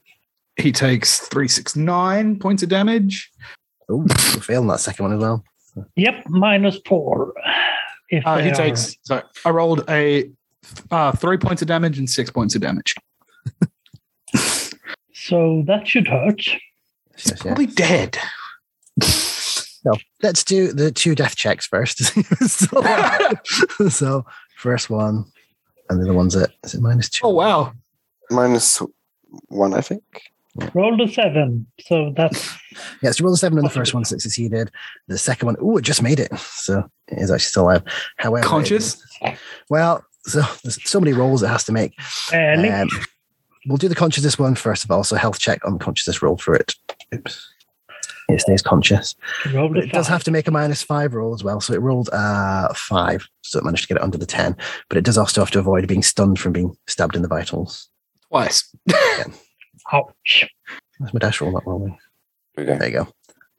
He takes three, six, nine points of damage.
Oh, you failed on that second one as well.
Yep, minus four. If
Uh,
Ah,
they
he
are-
takes. So I rolled a uh, three points of damage and six points of damage.
So that should hurt.
Yes, yeah.
Probably dead.
No, let's do the two death checks first. <laughs> so, so first one, and the other one's at is it minus two?
Oh wow!
Minus one, I think.
Rolled a seven. So that's
Yeah, so roll a seven on the first one, so it succeeded. The second one, oh, it just made it, so it is actually still alive. However, it-
Conscious.
well, so there's so many rolls it has to make.
barely.
Um, we'll do the consciousness one first of all. So health check on consciousness roll for it. Oops. It stays conscious.
rolled
But
a
it does
five.
have to make a minus five roll as well. So it rolled uh, five, so it managed to get it under the 10. But it does also have to avoid being stunned from being stabbed in the vitals.
Twice.
Ouch.
That's my dash roll, not rolling.
Okay.
There you go.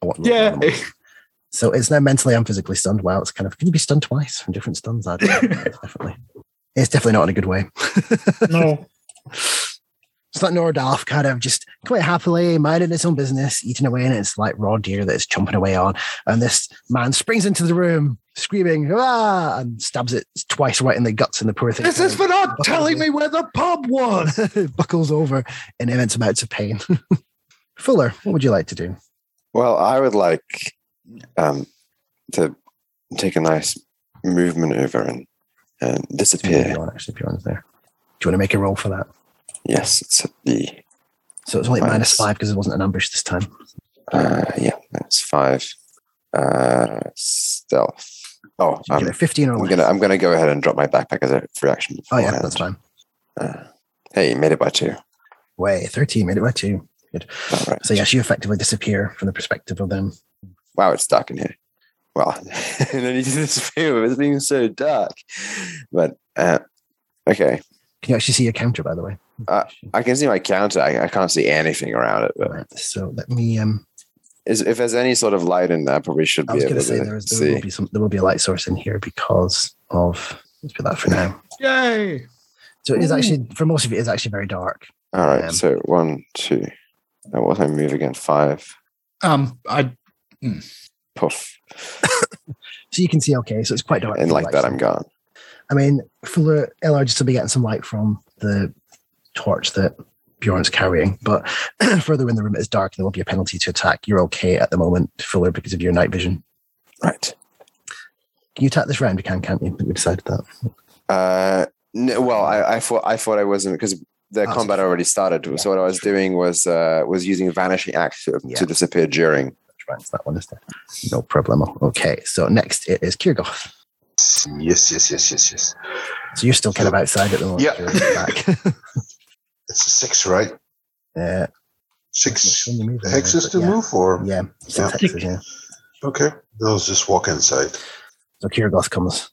I want-
Yeah.
So it's now mentally and physically stunned. Wow, it's kind of, can you be stunned twice from different stuns?
<laughs>
I don't know. definitely. It's definitely not in a good way.
No.
It's like Nordalf kind of just quite happily minding its own business, eating away, and it's like raw deer that it's chomping away on. And this man springs into the room, screaming, hurrah, and stabs it twice right in the guts, and the poor thing
This is for not telling me where the pub <laughs> was.
<laughs> buckles over in immense amounts of pain. <laughs> Fuller, what would you like to do?
Well, I would like um, to take a nice movement over and, and
If
disappear.
you're on, actually, if you're on there. Do you want to make a roll for that?
Yes, it's at the
So it's only
Minus-
minus five because it wasn't an ambush this time.
uh, yeah, that's five. Uh, stealth. Oh,
So you
I'm,
get a 15 or
I'm
less.
gonna I'm gonna go ahead and drop my backpack as a free action.
oh, yeah,
beforehand.
that's fine.
Uh, hey, made it by two.
Way 13, made it by two.
All right.
So, yes, you effectively disappear from the perspective of them.
wow, it's dark in here. <laughs> Wow. and then you disappear with it being so dark. But uh, okay,
Can you actually see your counter, by the way?
Uh, I can see my counter. I, I can't see anything around it. But
Right, So let me. Um,
is, if there's any sort of light in there, I probably should
I
be
was going
able
to say
to
there, is, there
see.
will be some. There will be a light source in here because of. Let's put that for now.
Yay!
So it is
Ooh.
actually for most of it is actually very dark.
All right,
um,
so one, two. Now what I move again? Five.
Um, I
Poof.
So you can see okay. So it's quite dark.
and
for
like
light
that,
source.
I'm gone.
I mean, Fuller Ellard still be getting some light from the torch that Bjorn's carrying, but <clears throat> further in the room it is dark. There will be a penalty to attack. You're okay at the moment, Fuller, because of your night vision.
Right.
Can you attack this round? You can, can't you? We decided that.
Uh, no, well, I, I thought I thought I wasn't because the
Ah, so-
combat already started. So what I was doing was uh, was using vanishing act to,
Yeah.
to disappear during.
Right, so that one is there. No problemo. Okay, so next it is Kyrgoth.
<laughs> Yes, yes, yes, yes, yes.
So you're still kind of outside at the moment.
Yeah.
you're back.
<laughs> It's a six, right?
Uh,
Six
when you move in,
hexes
but
to
yeah.
move, or
Yeah.
Yeah.
Six hexes, yeah.
okay, they'll just walk inside.
So Kyrgoth comes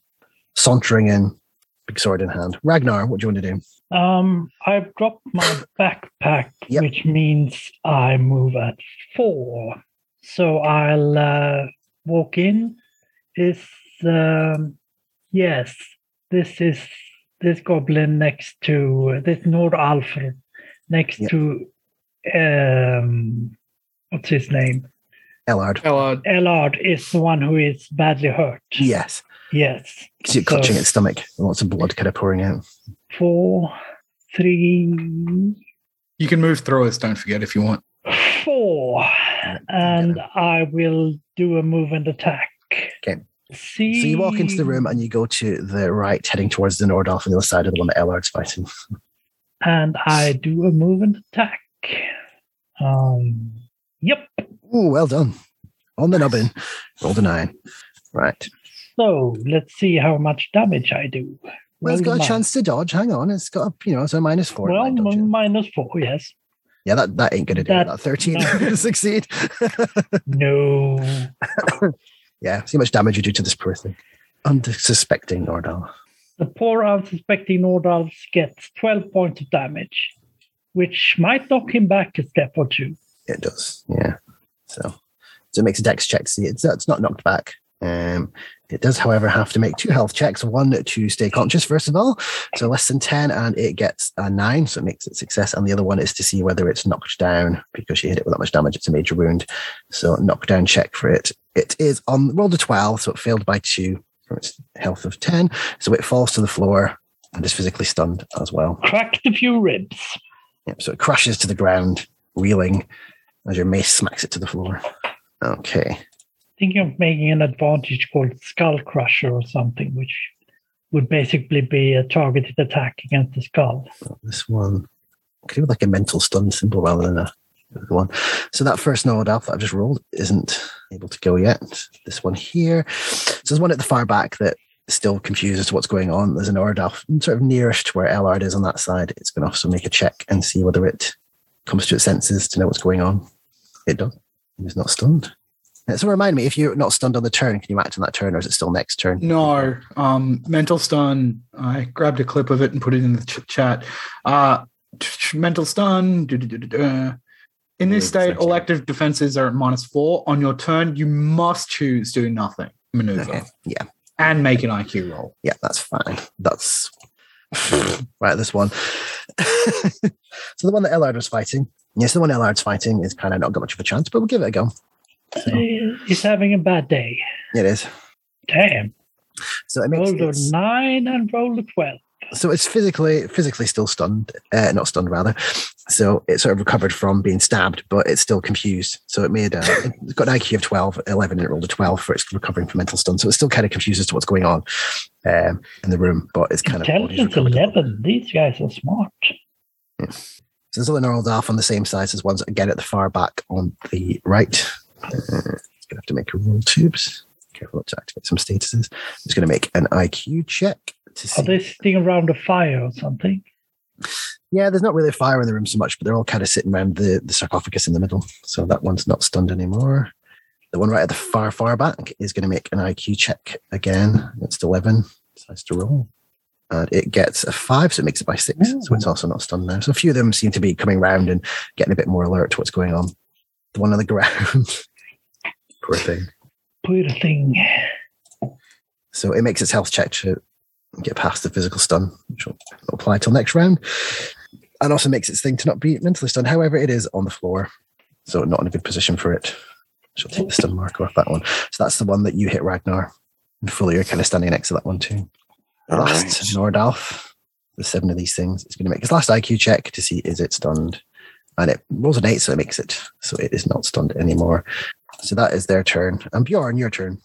sauntering in, big sword in hand. Ragnar, what do you want to do?
Um, I've dropped my backpack,
Yep.
which means I move at four. So I'll uh, walk in. Is um, yes, this is this goblin next to this Nord Alfred next
Yep.
to um, what's his name?
Ellard.
Ellard.
Elard is the one who is badly hurt.
Yes.
Yes.
Because you're clutching
So-
its stomach and lots of blood kind of pouring out.
Four, three,
You can move through us. Don't forget if you want.
four,
Yeah,
and I will do a move and attack.
So you walk into the room and you go to the right, heading towards the Nordolf on the other side of the one that Ellard's fighting.
and I do a move and attack. Um, yep.
Ooh, well done. On the nubbin.
<sighs>
Roll the nine. Right.
So let's see how much damage I do.
Well, it's
Roll
got a
my-
chance to dodge. Hang on. It's got, a, you know, it's a minus four.
Well, m- minus four,
<laughs>
yes.
Yeah, that, that ain't going to do it.
That-
That 13 <laughs>
no.
succeed.
no.
yeah, see how much damage you do to this poor thing. Unsuspecting Nordal.
The poor unsuspecting Nordals gets 12 points of damage, which might knock him back a step or two.
It does. Yeah. So, so it makes a dex check. See, it's, it's not knocked back. Um, it does, however, have to make two health checks. One to stay conscious, first of all. So less than 10, and it gets a nine. So it makes it success. And the other one is to see whether it's knocked down because you hit it with that much damage. It's a major wound. So knockdown check for it. It is on roll to 12. So it failed by two from its health of 10. So it falls to the floor and is physically stunned as well.
Cracked a few ribs.
Yep, so it crashes to the ground, reeling as your mace smacks it to the floor. Okay.
Thinking of making an advantage called Skull Crusher or something, which would basically be a targeted attack against the skull.
This one. Could do with like a mental stun symbol rather than a the one. So that first Nord Alpha that I've just rolled isn't able to go yet. This one here. So there's one at the far back that is still confused as to what's going on. There's an Ordalf sort of nearest to where Elard is on that side. It's going to also make a check and see whether it comes to its senses to know what's going on. It does. It's not stunned. Uh, So remind me, if you're not stunned on the turn, can you act on that turn or is it still next turn?
No, um, mental stun. I grabbed a clip of it and put it in the ch- chat. Uh, t- t- mental stun. duh, duh, duh, duh, duh. In this state, all active defenses are at minus four. On your turn, you must choose do nothing maneuver.
Yeah.
And make an IQ roll.
Yeah, that's fine. That's <sighs> right. This one. <laughs> so the one that Ellard was fighting. Yes, the one Ellard's fighting is kind of not got much of a chance, but we'll give it a go.
He's having a bad day.
It is.
Damn.
So it makes
rolled a nine and rolled a twelve.
So it's physically, physically still stunned. Uh, not stunned, rather. So it sort of recovered from being stabbed, but it's still confused. So it made a, it got an IQ of 12, 11, and it rolled a 12 for its recovering from mental stun. So it's still kind of confused as to what's going on um, in the room, but it's kind of body's
Intelligence eleven. These guys are smart.
So there's other gnarled off on the same size as ones again at the far back on the right. Uh, it's gonna have to make a roll tubes. Careful not to activate some statuses. It's gonna make an IQ check to see.
Are they sitting around a fire or something?
Yeah, there's not really a fire in the room so much, but they're all kind of sitting around the, the sarcophagus in the middle. So that one's not stunned anymore. The one right at the far, far back is gonna make an IQ check again. It's eleven. Decides to roll. And it gets a five, so it makes it by six. So it's also not stunned now. So a few of them seem to be coming round and getting a bit more alert to what's going on. The one on the <laughs> ground. Poor thing.
Poor thing.
So it makes its health check to get past the physical stun, which will apply till next round. And also makes its thing to not be mentally stunned. However, it is on the floor. So not in a good position for it. She'll take the stun marker off that one. So that's the one that you hit Ragnar. And fully you're kind of standing next to that one too. <laughs> Last Nordalf, the seven of these things, it's going to make its last IQ check to see is it stunned, and it rolls an eight, so it makes it, so it is not stunned anymore. So that is their turn, and Bjorn, your turn.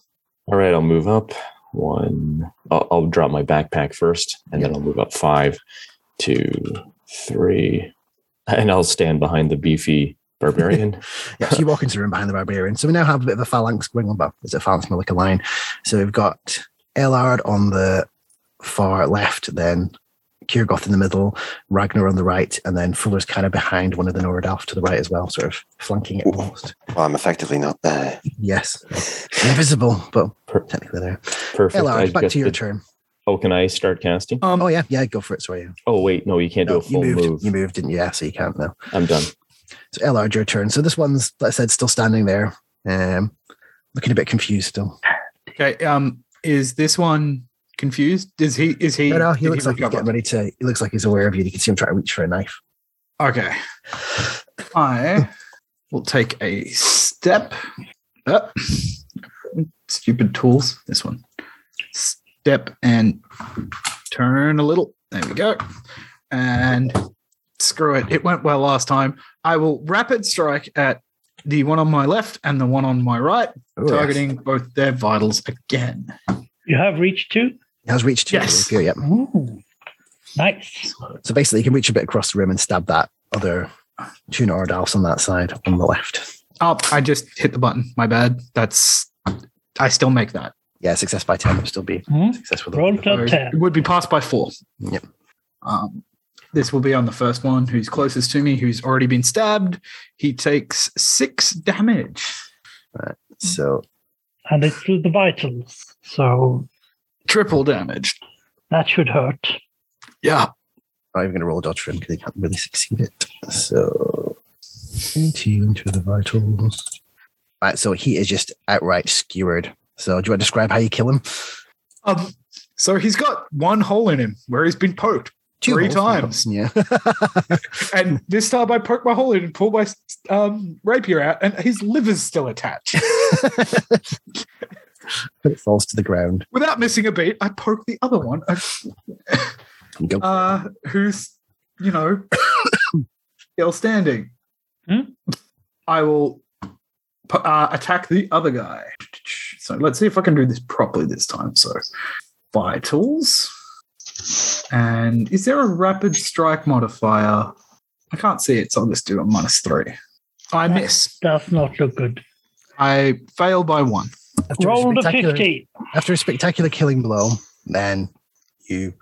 All right, I'll move up one. I'll, I'll drop my backpack first, and then I'll move up five, two, three, and I'll stand behind the beefy
<laughs>
barbarian.
Yeah, so you walk into the room behind the barbarian. So we now have a bit of a phalanx going on, but it's a phalanx more like a line. So we've got Elard on the far left, then Kiergoth in the middle, Ragnar on the right, and then Fuller's kind of behind one of the Noradalf to the right as well, sort of flanking it almost.
Well, I'm effectively not there.
Yes. Invisible, but technically there.
Perfect.
Elard,
I've
back
got
to your
the-
turn.
Oh, can I start casting?
oh, yeah. Yeah, go for it. Sorry.
Oh wait, no, you can't
No,
do a full
you moved,
move.
You moved, didn't you? Yeah, so you can't now.
I'm done.
So Elard, your turn. So this one's, like I said, still standing there, um, looking a bit confused still.
Okay. Um, is this one confused? Is he? Is he?
No, no, he
did
looks like he's
recover?
getting ready to. He looks like he's aware of you. You can see him trying to reach for a knife.
Okay. I will take a step. Up. Stupid tools. This one. Step and turn a little. There we go. And screw it. It went well last time. I will rapid strike at the one on my left and the one on my right,
Oh, yes.
targeting both their vitals again.
You have reached two?
Has reached two.
Yes.
Okay, yep.
Nice.
So basically, you can reach a bit across the room and stab that other tuna or dalfs on that side on the left.
Oh, I just hit the button. My bad. That's I still make that.
Yeah, success by 10 would still be
Mhm.
successful.
Roll plus
It
10.
would be passed by four.
Yep.
Um, this will be on the first one who's closest to me, who's already been stabbed. He takes six damage.
So
And it's through the vitals. So
Triple damage.
that should hurt.
Yeah.
I'm even going to roll a dodge for him because he can't really succeed it. So 18 to the vitals. All right, so he is just outright skewered. So do you want to describe how you kill him?
Um, so he's got one hole in him where he's been poked three times.
Yeah.
And this time I poke my hole in and pull my um, rapier out, and his liver's still attached.
<laughs> it falls to the ground.
Without missing a beat, I poke the other one, <laughs>
You go.
uh, who's, you know, <coughs> still standing.
Hmm?
I will pu- uh, attack the other guy. So let's see if I can do this properly this time. So, vitals. And is there a rapid strike modifier? I can't see it, so I'll just do a minus three. I miss.
Does not look good.
I fail by one.
After a
Roll the
spectacular-
50.
After a spectacular killing blow, then you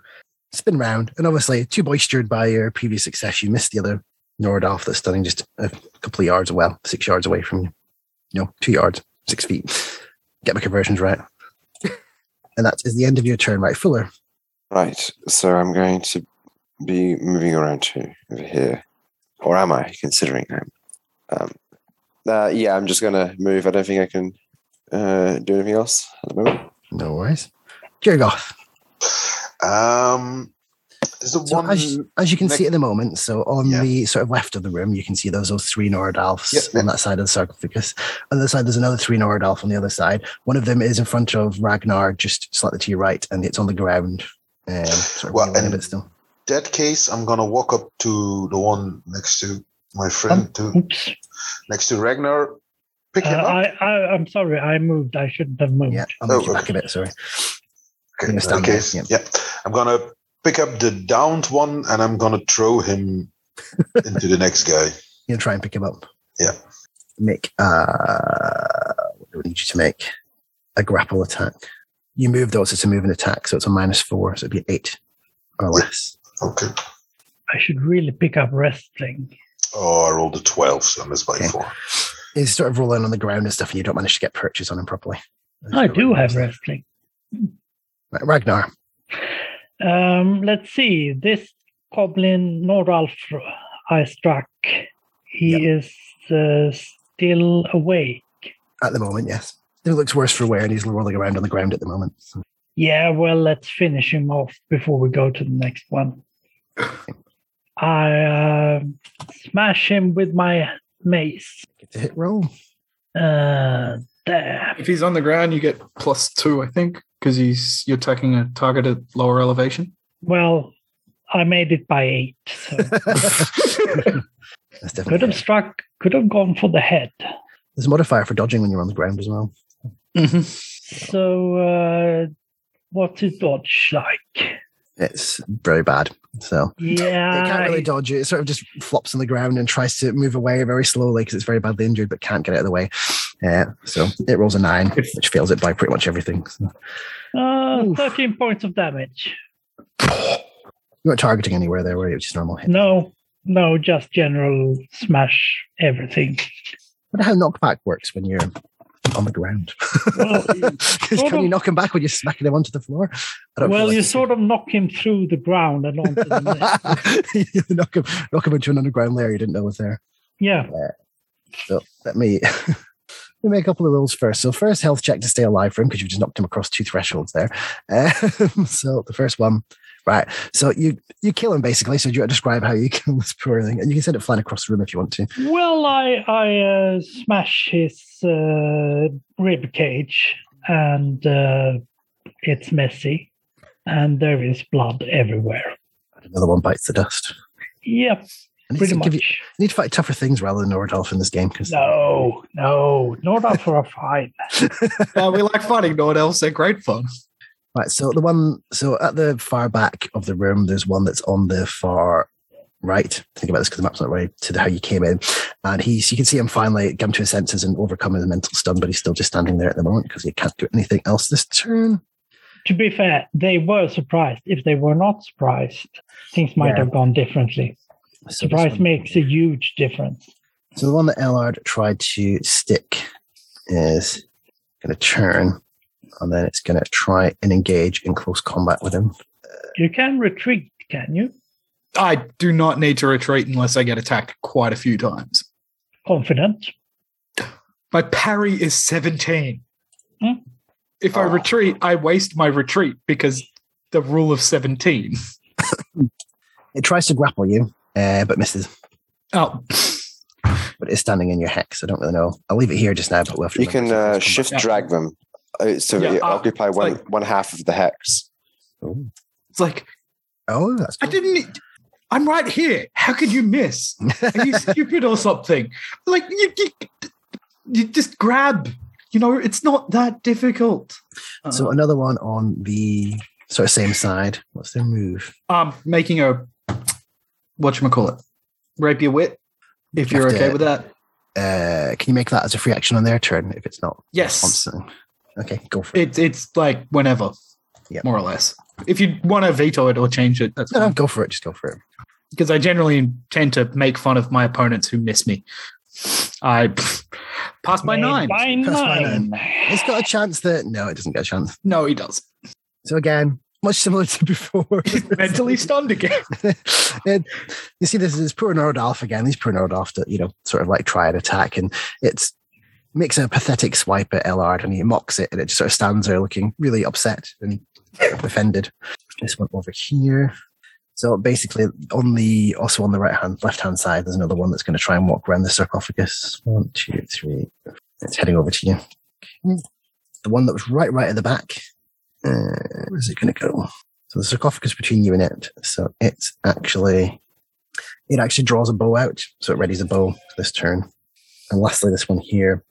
spin round. And obviously, too boistered by your previous success, you missed the other Nordolf that's standing just a couple of yards, well, six yards away from you. No, two yards, six feet. Get my conversions
<laughs>
right. and that is the end of your turn, right, Fuller?
Right, so I'm going to be moving around too over here, or am I? Considering I'm, um, uh, yeah, I'm just gonna move. I don't think I can uh, do anything else at the moment.
No worries. Jurgoth.
Um, is the
So
one
as, as you can
next-
see at the moment, so on
Yeah.
the sort of left of the room, you can see those, those three Nordalfs
Yeah.
on that side of the sarcophagus. On the other side, there's another three Nordalf on the other side. One of them is in front of Ragnar, just slightly to your right, and it's on the ground. Um, sort of
Well,
wheeling a
and-
bit still.
that case, I'm gonna walk up to the one next to my friend,
Um, mm.
to
Oops.
next to Ragnar, pick
Uh,
him up.
I, I, I'm sorry. I moved. I shouldn't have moved.
Yeah, I'll move
Oh,
you back a bit, sorry.
Okay,
Gonna
in that
stand there,
case,
yeah.
yeah. I'm gonna pick up the downed one and I'm gonna
<laughs>
throw him into the next guy.
You'll try and pick him up.
Yeah.
Make, uh, what do we need you to make? A grapple attack. You move those, it's a move and attack, so it's a minus four, so it'd be eight or less.
Okay.
I should really pick up wrestling.
Oh, I rolled a twelve, so I missed by
Okay.
four.
is sort of rolling on the ground and stuff, and you don't manage to get purchase on him properly.
I do have wrestling.
Right, Ragnar.
Um, let's see. This goblin Noralf I struck. He is uh, still awake.
At the moment, yes. It looks worse for wear, and he's rolling around on the ground at the moment. So,
Yeah, well, let's finish him off before we go to the next one. I uh, smash him with my mace.
it's a hit
<laughs>
roll.
Uh, there.
If he's on the ground, you get plus two, I think, because he's you're attacking a target at lower elevation.
Well, I made it by eight. So
That's
could
definitely.
have struck. Could have gone for the head.
There's a modifier for dodging when you're on the ground as well.
So, uh, what's his dodge like?
<laughs> It's very bad. So
Yeah,
it can't really
it-
dodge it. It sort of just flops on the ground and tries to move away very slowly because it's very badly injured, but can't get out of the way. Yeah. So it rolls a nine, which fails it by pretty much everything. So
Uh, 13 points of damage.
you weren't targeting anywhere there, were you? Which is normal hit.
No, no, just general smash everything.
I wonder how knockback works when you're on the ground. <laughs>
Well,
'Cause
sort
can you
of-
knock him back when you're smacking him onto the floor? I feel
Well,
like
you
it's-
sort of knock him through the ground and onto the net.
<laughs> you knock him, knock him into an underground lair you didn't know was there.
Yeah,
So let me <laughs> let me make a couple of rules first. So first, health check to stay alive for him because you've just knocked him across two thresholds there. Um, <laughs> so the first one, right? So you you kill him basically. So do you want to describe how you <laughs> kill this poor thing? And you can send it flying across the room if you want to.
Well, I I uh, smash his uh, rib cage, and uh, it's messy, and there is blood everywhere.
Another one bites the dust.
Yep,
I need,
Pretty
to give you,
much.
I need to fight tougher things rather than Nordolf in this game because
No, no, not up for a fight.
<laughs> Uh, we like fighting Nord elves. They're great fun.
Right. So the one, so at the far back of the room, there's one that's on the far right. Think about this because the map's not right to the, how you came in. And he's, you can see him finally come to his senses and overcome his mental stun, but he's still just standing there at the moment because he can't do anything else this turn.
To be fair, they were surprised. If they were not surprised, things might
Yeah.
have gone differently.
this
Surprise
one-
makes a huge difference.
So the one that Ellard tried to stick is going to turn, and then it's going to try and engage in close combat with him.
You can retreat, can you?
I do not need to retreat unless I get attacked quite a few times.
Confident.
My parry is 17.
Hmm.
If I retreat, I waste my retreat because the rule of 17.
It tries to grapple you, uh, but misses.
Oh, <laughs>
but it's standing in your hex. I don't really know. I'll leave it here just now, but we'll have to
You
remember
can
to
uh, shift
Yeah.
drag them uh, so
Yeah,
you
uh,
occupy one,
like-
one half of the hex.
it's like,
Oh, that's
I didn't. need- I'm right here. How could you miss?
<laughs>
Are you stupid or something? Like, you, you, you just grab. You know, it's not that difficult. Uh,
So another one on the sort of same side. What's their move?
I'm making a whatchamacallit. Rapier wit, if
You
you're
have
okay
to-
with that.
Uh, can you make that as a free action on their turn if it's not?
Yes.
Thompson? Okay, go for it.
It's it's like whenever,
Yep.
more or less. If you want to veto it or change it, that's
No, no, go for it. Just go for it.
because I generally tend to make fun of my opponents who miss me. I pass by
Made
nine.
By
That's my
nine.
It's got a chance that no, it doesn't get a chance.
No, he does.
So again, much similar <laughs> to before.
<laughs>
<laughs>
Mentally stunned again.
and you see, this is poor Nordolf again. He's poor Nordolf to you know sort of like try and attack, and it's makes a pathetic swipe at Ellard, and he mocks it, and it just sort of stands there looking really upset and offended. This one over here. So basically, on the also on the right hand left hand side, there's another one that's going to try and walk around the sarcophagus. One, two, three. It's heading over to you. Okay. The one that was right, right at the back. Uh, where's it going to go? So the sarcophagus between you and it. So it's actually it actually draws a bow out. So it readies a bow this turn. And lastly, this one here.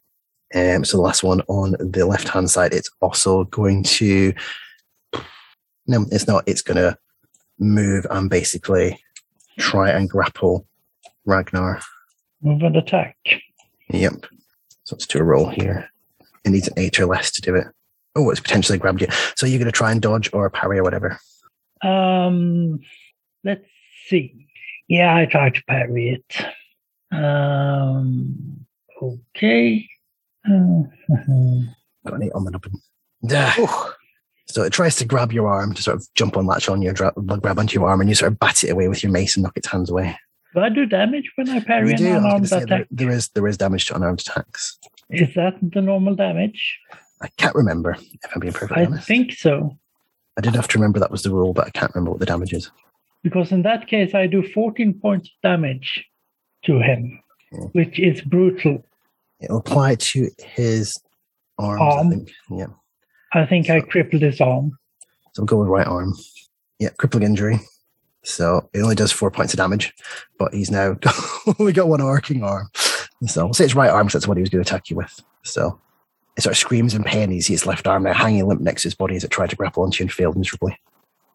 Um, so the last one on the left hand side, it's also going to no, it's not. It's going to move and basically try and grapple Ragnar.
Move and attack.
Yep. So let's do a roll here. It needs an eight or less to do it. Oh, it's potentially grabbed you. So you're going to try and dodge or parry or whatever.
Um, let's see. Yeah, I try to parry it. Um, okay. Uh, <laughs>
Got an eight on the nubbin. Duh. So it tries to grab your arm to sort of jump on, latch on your, dra- grab onto your arm, and you sort of bat it away with your mace and knock its hands away.
do I do damage when I parry
You
an
do. I was gonna
unarmed
say, there,
attack?
there is there is damage to unarmed attacks.
Is that the normal damage?
I can't remember if I'm being perfectly
I
honest.
think so.
I did have to remember that was the rule, but I can't remember what the damage is.
Because in that case, I do 14 points of damage to him,
Hmm.
which is brutal.
It'll apply to his arms.
Arm.
I think. Yeah.
I think I crippled his arm.
So we'll go with right arm. Yeah, crippling injury. So it only does four points of damage, but he's now <laughs> only got one arcing arm. So we'll say it's right arm because that's what he was going to attack you with. So it sort of screams in pain. He's his left arm now hanging limp next to his body as it tried to grapple onto you and failed miserably.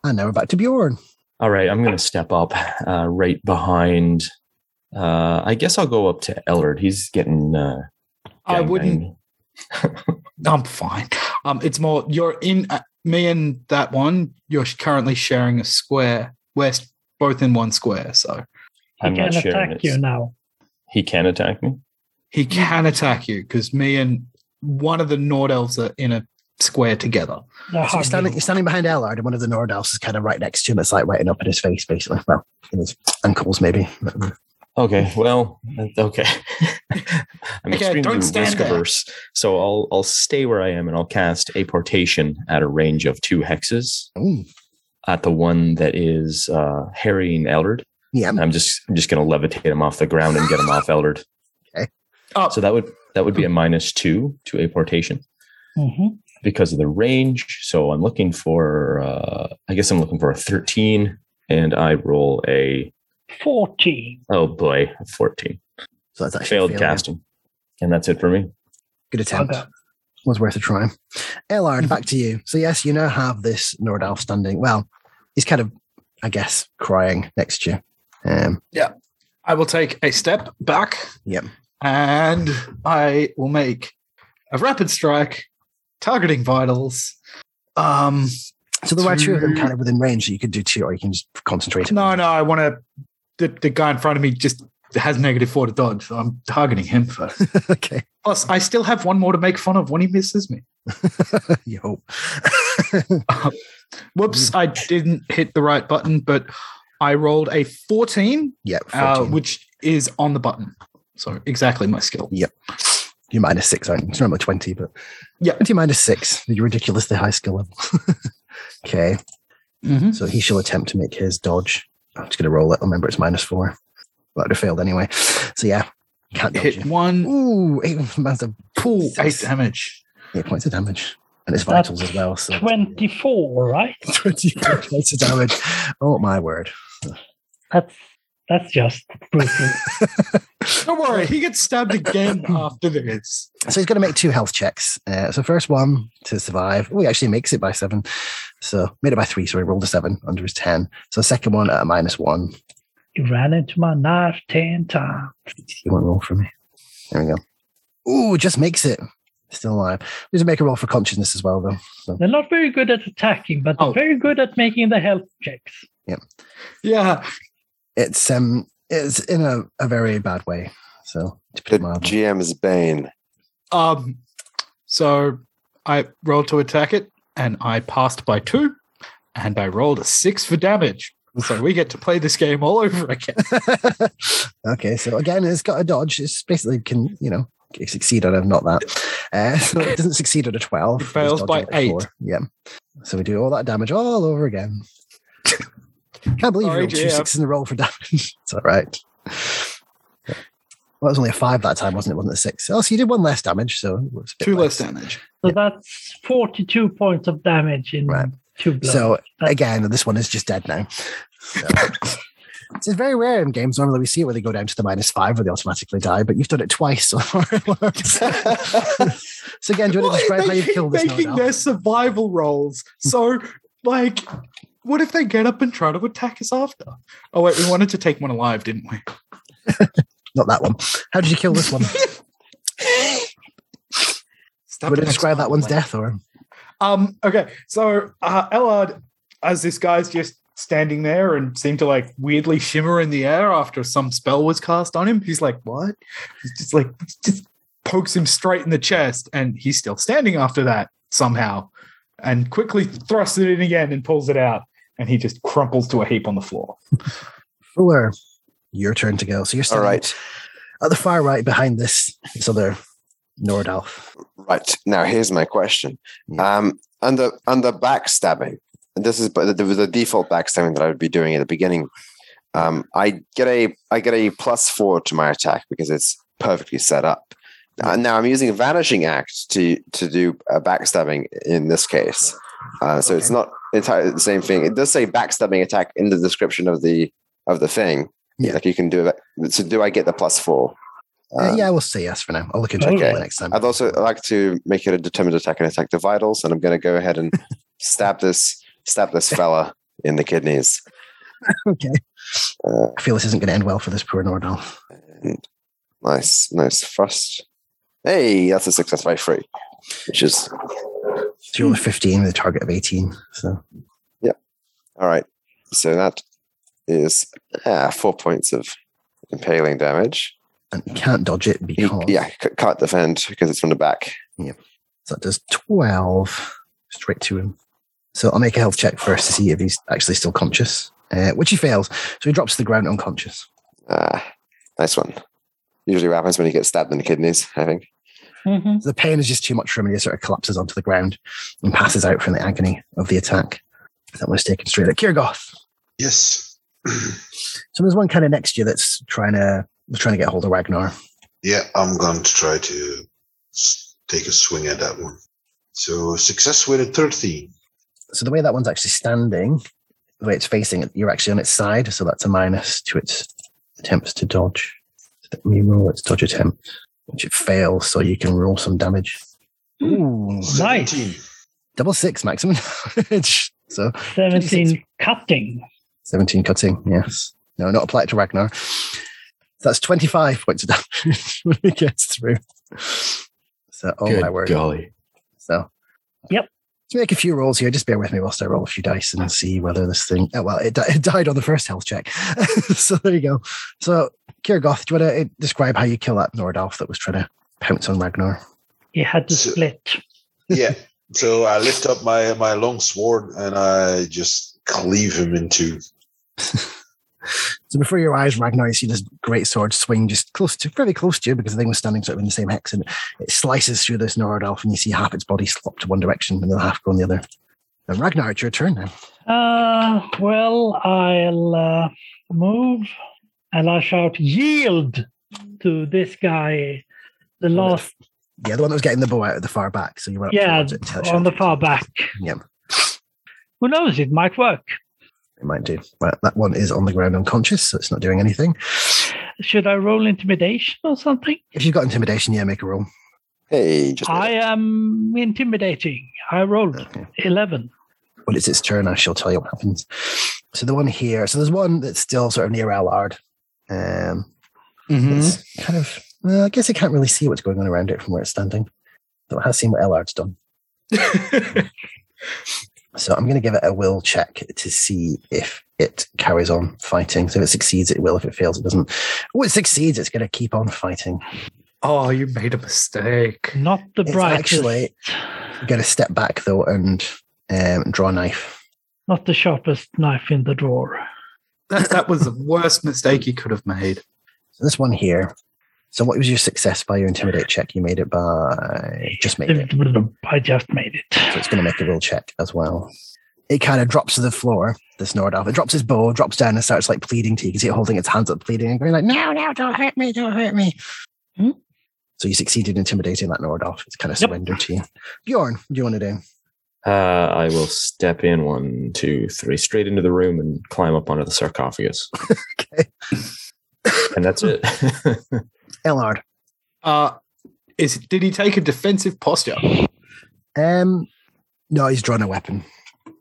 And now we're back to Bjorn.
All right, I'm going to step up uh, right behind. Uh, I guess I'll go up to Ellard. He's getting. Uh,
<laughs> I
gangbanged.
wouldn't. I'm fine. Um, it's more you're in uh, me and that one. You're currently sharing a square. We're s- both in one square, so
He
I'm
can
not sharing
attack
it.
you now.
He can attack me.
he can attack you because me and one of the Nord elves are in a square together.
The
So you're,
hugging.
standing, you're standing behind Ellard, and one of the Nordals is kind of right next to him. It's like right up in his face, basically. Well, in his ankles, maybe.
Okay. Well. uh, Okay. <laughs> I'm
Okay,
extremely
don't stand
risk
there.
averse, so I'll I'll stay where I am and I'll cast Apportation at a range of two hexes
Ooh,
at the one that is uh, harrying Eldred.
yeah.
I'm just I'm just going to levitate him off the ground and get him
<laughs>
off Eldred.
Oh,
So that would that would be a minus two to Apportation.
Mhm.
because of the range. So I'm looking for, uh, I guess I'm looking for a 13, and I roll a
14.
Oh boy, a 14.
So that's actually
failed
a failure.
casting. And that's it for me.
Good attempt.
Okay.
Was worth a try. Elard, back to you. So yes, you now have this Nordalf standing. Well, he's kind of, I guess, crying next to you. Um,
Yeah. I will take a step back
yep.
and I will make a rapid strike targeting vitals. Um,
So there were two of them
to-
kind of within range, so you could do two, or you can just concentrate.
No, no, I want to. The, the guy in front of me just has negative four to dodge, so I'm targeting him first.
<laughs>
<laughs>
okay.
Plus, I still have one more to make fun of when he misses me.
you hope.
Whoops, I didn't hit the right button, but I rolled a 14,
Yeah,
Uh,
14.
which is on the button. So exactly my skill.
Yep. You're minus six, aren't you? It's normally 20, but
yeah.
20 minus six. You're ridiculously high skill level. <laughs> okay.
Mhm.
So he shall attempt to make his dodge. I'm just going to roll it. Remember, it's minus four. But it failed anyway. So yeah, can't dodge
<laughs> Hit
you.
one.
Ooh, eight, massive.
Ooh, eight damage.
Eight points of damage. And it's vitals as well. So <laughs>
24, right?
24 points of damage. Oh, my word.
That's that's just
<laughs>
brutal.
Don't worry, he gets stabbed <laughs> again after this.
So he's going to make two health checks. Uh, so first one to survive. Oh, he actually makes it by seven. So made it by three. So he rolled a seven under his ten. So second one at a minus one.
you ran into my knife 10 times.
He won't roll for me. There we go. Ooh, just makes it. Still alive. Doesn't make a roll for consciousness as well though. So
They're not very good at attacking, but they're
Oh.
very good at making the health checks.
yeah,
Yeah.
it's um, it's in a, a very bad way. So to put it mildly.
GM is Bane.
Um, so I rolled to attack it, and I passed by two, and I rolled a six for damage. So we get to play this game all over again.
<laughs> Okay, so again, it's got a dodge. It's basically can you know succeed on a not that. Uh, so it doesn't succeed on a twelve. It
fails by eight.
Yeah. So we do all that damage all over again. Can't believe
Sorry,
you rolled two
GM.
sixes in a roll for damage. <laughs> it's all right. Well, it was only a five that time, wasn't it? Wasn't it a six? Oh, so you did one less damage. So it was a bit
<laughs> Two less damage.
So that's 42 points of damage in two blows.
So again, this one is just dead now. So- <laughs> It's very rare in games. Normally, we see it where they go down to the minus five, where they automatically die. But you've done it twice so far. <laughs> so again, do you want to describe how
they
you've
keep
killed this?
making
Nordal?
their survival rolls. So, like, what if they get up and try to attack us after? Oh wait, we wanted to take one alive, didn't we?
Not that one. How did you kill <laughs> this one?
Stop
Would you
it.
describe that one's death or
Um, okay, so uh, Ellard, as this guy's just standing there and seemed to like weirdly shimmer in the air after some spell was cast on him, he's like, "What?" He's just like just pokes him straight in the chest, and he's still standing after that somehow, and quickly thrusts it in again and pulls it out, and he just crumples to a heap on the floor.
Fuller? Your turn to go. So you're
All
standing
right.
at the far right behind this this other Nordalf.
Right now, here's my question. Um, under under backstabbing, and this is but there was a default backstabbing that I would be doing at the beginning. Um, I get a I get a plus four to my attack because it's perfectly set up. Uh, now I'm using vanishing act to to do a backstabbing in this case, uh, so it's not entirely the same thing. It does say backstabbing attack in the description of the of the thing.
Yeah.
Like you can do it. So do I get the plus four?
Uh, yeah, we'll say yes for now. I'll look into it next time.
I'd also like to make it a determined attack and attack the vitals, and I'm going to go ahead and stab this stab this fella in the kidneys.
okay.
Uh,
I feel this isn't going to end well for this poor Nordalf.
and nice, nice thrust. Hey, that's a success by three, which is
So you're 15 with a target of 18. So
yeah. All right, so that is ah, four points of impaling damage.
and you can't dodge it because
Yeah, c- can't defend because it's from the back.
Yeah. So that does 12 straight to him. So I'll make a health check first to see if he's actually still conscious, uh, which he fails. So he drops to the ground unconscious.
Ah, nice one. Usually, what happens when you get stabbed in the kidneys? I think.
Mm-hmm.
The pain is just too much for him and he sort of collapses onto the ground and passes out from the agony of the attack. That was taken straight at Kirgoth.
Yes. <clears throat>
So there's one kind of next to you that's trying to trying to get hold of Ragnar.
Yeah, I'm going to try to s- take a swing at that one. So success with a 13.
So the way that one's actually standing the way it's facing it, you're actually on its side, so that's a minus to its attempts to dodge. So Let me roll its dodge attempt, which it fails, so you can roll some damage. Ooh,
Nice.
double six maximum <laughs> damage. So
17 cutting.
17 cutting, yes. No, not applied to Ragnar. That's 25 points of damage <laughs> when it gets through. So, oh
Good
my word.
golly.
So,
Yep.
Let's make a few rolls here. Just bear with me whilst I roll a few dice and see whether this thing. Oh, well, it, di- it died on the first health check. <laughs> so there you go. So, Kirgoth, do you want to describe how you kill that Nordalf that was trying to pounce on Ragnar?
He had to split.
yeah. So I lift up my my long sword and I just cleave him in two.
So before your eyes, Ragnar, you see this great sword swing just close to, very close to you, because the thing was standing sort of in the same hex, and it slices through this Norodolf, and you see half its body slop to one direction, and the other half go in the other. And Ragnar, it's your turn now.
Uh, well, I'll uh, move and I shout yield to this guy, the last,
Yeah, the one that was getting the bow out at the far back, so you went up
yeah,
towards it. to
on the far back.
Yep,
Who knows? It might work.
it might do. Right, that one is on the ground unconscious, so it's not doing anything.
Should I roll intimidation or something?
If you've got intimidation, yeah, make a roll.
Hey, just
I am intimidating. I rolled
Uh,
11.
when it's its turn, I shall tell you what happens. So the one here, so there's one that's still sort of near Allard. Um,
Mm-hmm.
It's kind of, well, I guess it can't really see what's going on around it from where it's standing, though it has seen what Allard's done.
<laughs>
so I'm going to give it a will check to see if it carries on fighting. So if it succeeds, it will. If it fails, it doesn't. Oh, it succeeds, it's going to keep on fighting.
Oh, you made a mistake.
Not the
It's
brightest.
actually going to step back though and um, draw a knife.
Not the sharpest knife in the drawer.
That, that was the worst mistake you could have made.
So this one here. So what was your success by your intimidate check? You made it by just made it.
I just made it.
So it's going to make a will check as well. It kind of drops to the floor. This Nordoff. It drops his bow, drops down, and starts like pleading to you. You can see it holding its hands up, pleading and going like, "No, no, don't hurt me, don't hurt me."
Hmm?
So you succeeded in intimidating that Nordoff. It's kind of
Yep.
surrendered to you. Bjorn, what do you want to do?
Uh, I will step in one, two, three, straight into the room and climb up onto the sarcophagus. And that's it. <laughs>
Elard.
Uh, is did he take a defensive posture?
Um, no, he's drawn a weapon.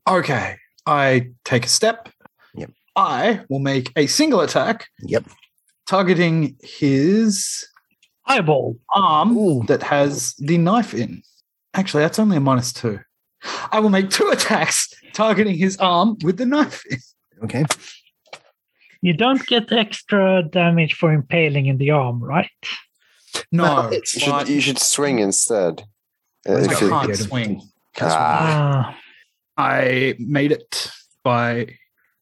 Okay, I take a step.
Yep.
I will make a single attack
Yep.
targeting his
eyeball
arm that has the knife in. Actually, that's only a minus two. I will make two <laughs> attacks targeting his arm with the knife in.
Okay.
You don't get extra damage for impaling in the arm, right?
<laughs>
No,
you
but
should, you should swing instead. Uh,
I
if you-
can't swing.
Ah,
Ah,
I made it by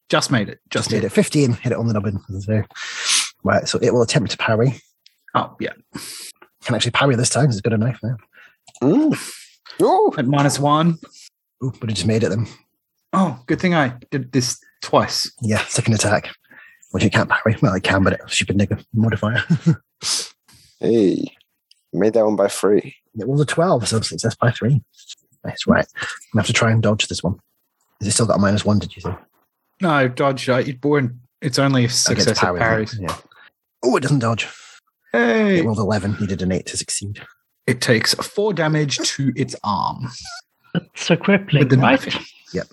just made it. Just
made
made
it 15. Hit it on the nubbin. There. Right. So it will attempt to parry.
Oh yeah,
Can actually parry this time. 'cause It's got a knife now.
Mm. Ooh.
at minus one.
Ooh, but it just made it then.
Oh, good thing I did this twice.
Yeah, second attack. Which it can't parry. Well, it can, but it's a stupid nigga modifier. <laughs>
Hey, made that one by three.
it was a 12, so success by three. That's right. I'm going to have to try and dodge this one. Is it still got a minus one, did you say?
No, dodge. I, it born. It's only
Against
successive
parry,
parries.
isn't it? Yeah. Oh, it doesn't dodge.
Hey,
It rolled 11. You did an 8 to succeed.
it takes four damage to its arm
it's a crippling,
with the
right?
knife. in.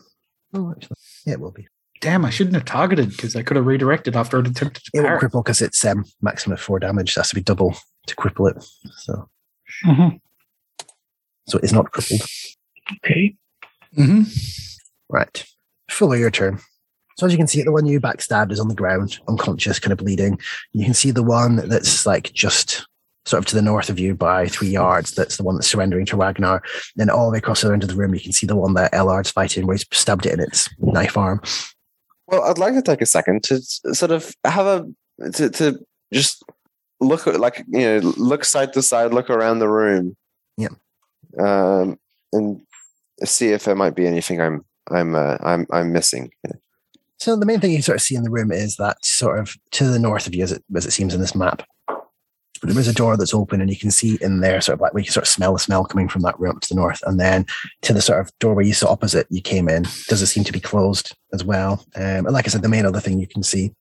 Oh, actually. Yeah, it will be.
Damn, I shouldn't have targeted because I could have redirected after it attempted to
It
parry.
won't cripple because it's um, maximum of four damage. So it has to be double to cripple it. So
Mm-hmm.
Mhm.
so it is not crippled.
Okay.
hmm
Right. Fuller, your turn. So as you can see, the one you backstabbed is on the ground, unconscious, kind of bleeding. You can see the one that's like just sort of to the north of you by three yards. That's the one that's surrendering to Ragnar. Then all the way across the other end of the room, you can see the one that Ellard's fighting, where he's stabbed it in its knife arm.
Well, I'd like to take a second to s- sort of have a to to just look at like you know look side to side, look around the room,
Yep.
um, and see if there might be anything I'm I'm uh, I'm I'm missing.
So the main thing you sort of see in the room is that sort of to the north of you, as it, as it seems in this map, But there is a door that's open, and you can see in there, sort of like we can sort of smell the smell coming from that room up to the north, and then to the sort of doorway you saw opposite you came in doesn't seem to be closed as well. Um, and like I said, the main other thing you can see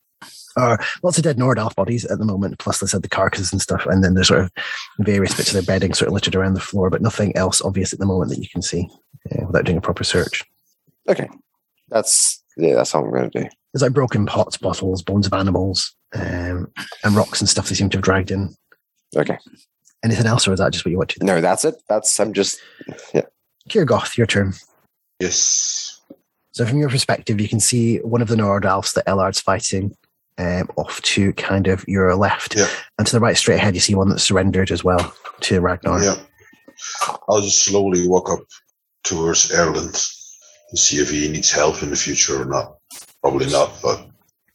are lots of dead Nordalf bodies at the moment, plus they said the carcasses and stuff, and then there's sort of various bits of their bedding sort of littered around the floor, but nothing else obvious at the moment that you can see uh, without doing a proper search.
Okay. That's yeah, that's all I'm gonna do.
There's like broken pots, bottles, bones of animals, um, and rocks and stuff they seem to have dragged in.
Okay.
Anything else, or is that just what you want to do?
No, that's it. That's I'm just yeah.
Kiergoth, your turn.
Yes.
So from your perspective, you can see one of the Nordalfs that Ellard's fighting um, off to kind of your left.
Yeah.
And to the right, straight ahead, you see one that's surrendered as well to Ragnar.
Yeah. I'll just slowly walk up towards Erland to see if he needs help in the future or not. Probably not, but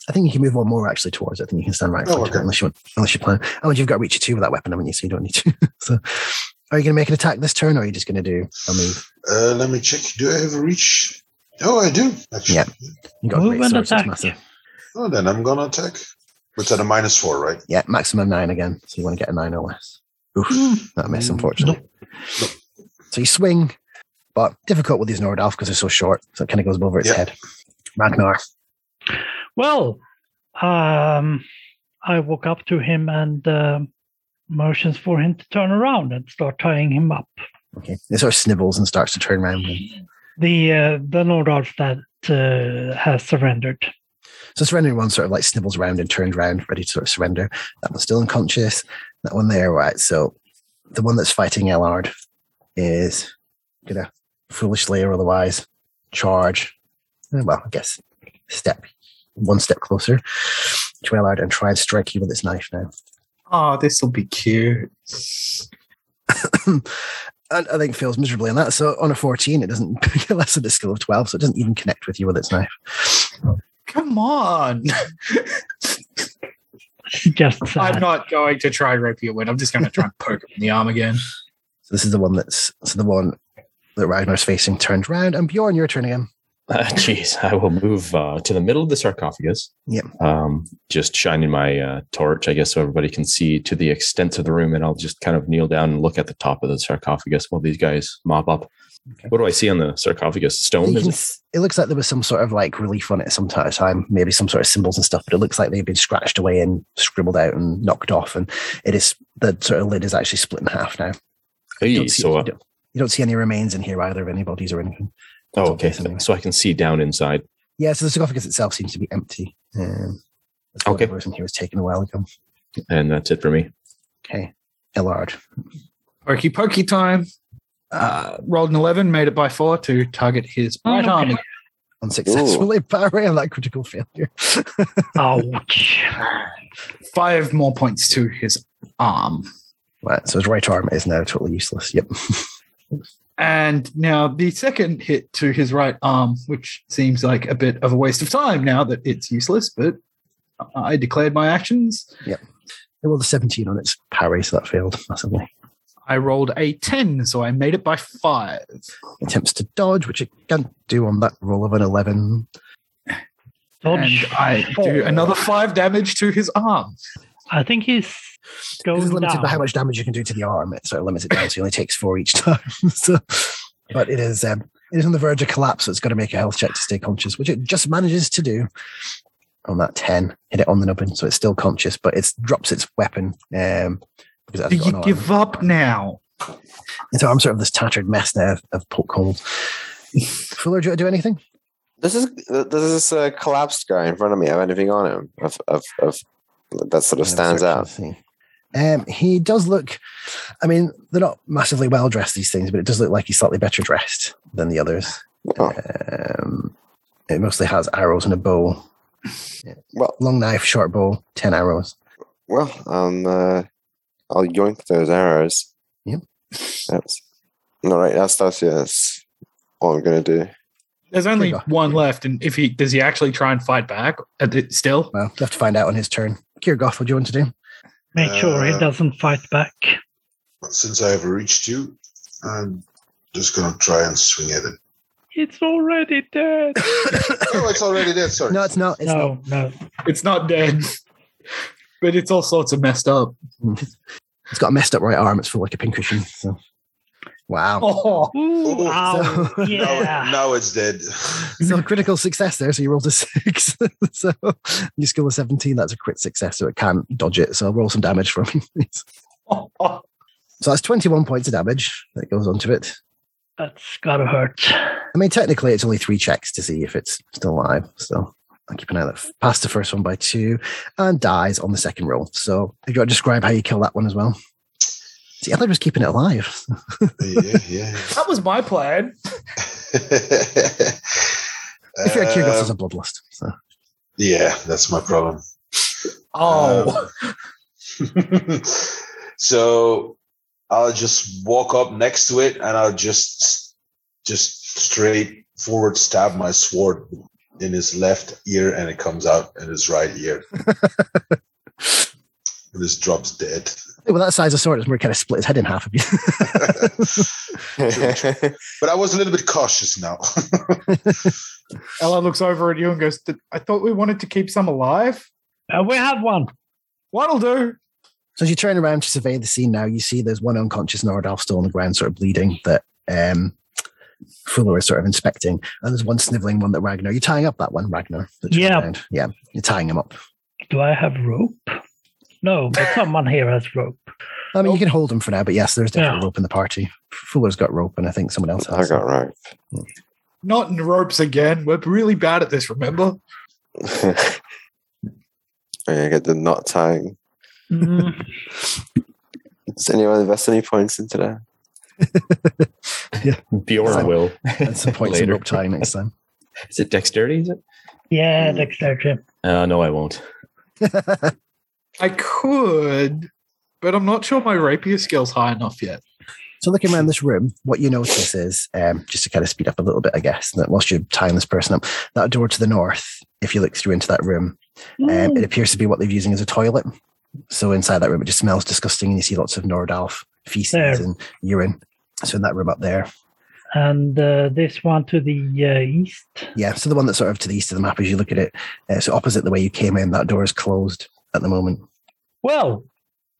I think you can move one more actually towards it. I think you can stand right in
Oh,
front of
okay.
it unless you want, unless you plan. Oh, and you've got reach of two with that weapon, haven't you? So you don't need to. <laughs> so are you going to make an attack this turn or are you just going to do a move?
uh, let me check. Do I have a reach? Oh, I do. Actually.
Yeah. You got a
Move
great
and
sword, so it's
attack.
massive.
Oh, then I'm gonna attack. But at a minus four, right?
Yeah, maximum nine again. So you want to get a nine or less. Oof, that miss, unfortunately. So you swing, but difficult with these Nordalf because they're so short. So it kind of goes over its
Yeah.
head. Ragnar.
Well, um, I walk up to him and um motions for him to turn around and start tying him up.
Okay. It sort of snivels and starts to turn around.
The uh, the Nordalf that uh, has surrendered.
So surrendering one sort of like snivels around and turns around, ready to sort of surrender. That one's still unconscious. That one there, right? So the one that's fighting Ellard is gonna foolishly or otherwise charge. eh, Well, I guess step one step closer to Ellard and try and strike you with its knife now.
Oh, this will be cute.
and I think fails miserably on that. So on a 14, it doesn't <laughs> get less than a skill of 12, so it doesn't even connect with you with its knife.
Come <laughs> on.
Just sad.
I'm not going to try rapier win. I'm just going to try and poke him in the arm again.
So this is the one that's so the one that Ragnar's facing turns round and Bjorn, your turn again.
Uh, <laughs> Jeez, I will move uh, to the middle of the sarcophagus.
Yep.
Um, just shining my uh, torch, I guess, so everybody can see to the extent of the room, and I'll just kind of kneel down and look at the top of the sarcophagus while these guys mop up. What do I see on the sarcophagus? Stone?
You
Is
can
it?
s- it looks like there was some sort of like relief on it some ti- time, maybe some sort of symbols and stuff, but it looks like they've been scratched away and scribbled out and knocked off. And it is the sort of lid is actually split in half now.
Hey,
don't see-
so, uh,
You don't see any remains in here either of any bodies or anything.
oh, okay. So I can see down inside.
Yeah, so the sarcophagus itself seems to be empty. Um, okay. The person here was taken a while ago.
And that's it for me.
Okay. Ellard.
Pokey pokey time. Uh, rolled an 11, made it by four to target his right
Okay.
arm.
Unsuccessfully parry on that critical failure.
Ouch.
Five more points to his arm.
Right, so his right arm is now totally useless. Yep.
And now the second hit to his right arm, which seems like a bit of a waste of time now that it's useless, but I declared my actions.
Yep. It rolled a 17 on its parry, so that failed massively.
I rolled a 10, so I made it by five.
Attempts to dodge, which it can't do on that roll of an 11.
Dodge.
And I do
four.
another five damage to his arm.
I think he's
This is
going
limited
down.
by how much damage you can do to the arm. It sort of limits it down, so he only takes four each <laughs> time. so, but it is um, it is on the verge of collapse, so it's got to make a health check to stay conscious, which it just manages to do on that 10. Hit it on the nubbin, so it's still conscious, but it drops its weapon. Um, because it has
Do
got an
you
arm.
give up now?
And so I'm sort of this tattered mess now of, of poke holes. <laughs> Fuller, do you wanna do anything?
This is th- this is a collapsed guy in front of me. I have anything on him of of, of that sort of stands out.
Um, he does look, I mean, they're not massively well dressed, these things, but it does look like he's slightly better dressed than the others.
Oh.
Um, it mostly has arrows and a bow.
Well-
long knife, short bow, 10 arrows.
Well, um, uh, I'll yoink those arrows.
Yep.
That's all right. That's that's yeah, that's all I'm gonna do.
There's only
There you
one left, and if he does, he actually try and fight back at it still.
Well, you have to find out on his turn. Kiergoth, what do you want
<laughs>
to do?
Make sure he
Uh,
doesn't fight back.
But since I have a reach two, I'm just gonna try and swing at it.
It's already dead.
<laughs>
oh, it's already dead. Sorry.
No, it's not. It's
no, no.
It's not dead. <laughs> but it's all sorts of messed up. <laughs>
It's got a messed up right arm. It's full like a pincushion. So. Wow.
Oh, <laughs>
wow.
Now, now it's dead. <laughs>
So critical success there. So you rolled a <laughs> six. so your skill was 17. That's a crit success. So it can't dodge it. So I'll roll some damage for me. please. so that's 21 points of damage that goes onto it.
That's gotta hurt.
I mean, technically, it's only three checks to see if it's still alive. So I'll keep an eye out. that- Pass the first one by two and dies on the second roll. So have you got to describe how you kill that one as well? See, Ellard was keeping it alive.
yeah, yeah.
That was my plan.
<laughs> If you're a Kyrgos, it's a
Um,
bloodlust. So.
Yeah, that's my problem.
Oh,
Um, <laughs> So I'll just walk up next to it and I'll just just straight forward stab my sword in his left ear and it comes out in his right
<laughs>
ear. and this drops dead. <laughs>
Well, that size of sword is more kind of split his head in half of you. <laughs>
But I was a little bit cautious now. <laughs>
Ella looks over at you and goes, "Th- "I thought we wanted to keep some alive.
Uh, we have one.
What'll do?
So as you turn around to survey the scene now, you see there's one unconscious Nordalf still on the ground, sort of bleeding, that um, Fuller is sort of inspecting. And there's one sniveling one that Ragnar, you're tying up that one, Ragnar. that's on the
Yeah.
ground. Yeah. You're tying him up.
Do I have rope? No, but someone here has rope.
I mean, you can hold him for now, but yes, there's definitely
Oh. Yeah.
rope in the party. Fuller's got rope, and I think someone else
I
has.
got rope. <laughs>
Not in ropes again. We're really bad at this. Remember?
I get the knot tying.
Mm-hmm.
Mm,
Does anyone invest any points into that?
Bjorn
Some-
will.
At some point,
<laughs>
some
Later.
rope tying next time.
Is it dexterity? Is it?
yeah, dexterity.
Uh, no, I won't.
I could, but I'm not sure my rapier skill's high enough yet.
So looking around this room, what you notice is, um, just to kind of speed up a little bit, I guess, that whilst you're tying this person up, that door to the north, if you look through into that room, um, it appears to be what they're using as a toilet. So inside that room, it just smells disgusting, and you see lots of Nordalf feces
There.
and urine. So in that room up there,
And uh, this one to the uh, east.
yeah. So the one that's sort of to the east of the map, as you look at it, uh, so opposite the way you came in, that door is closed at the moment.
Well,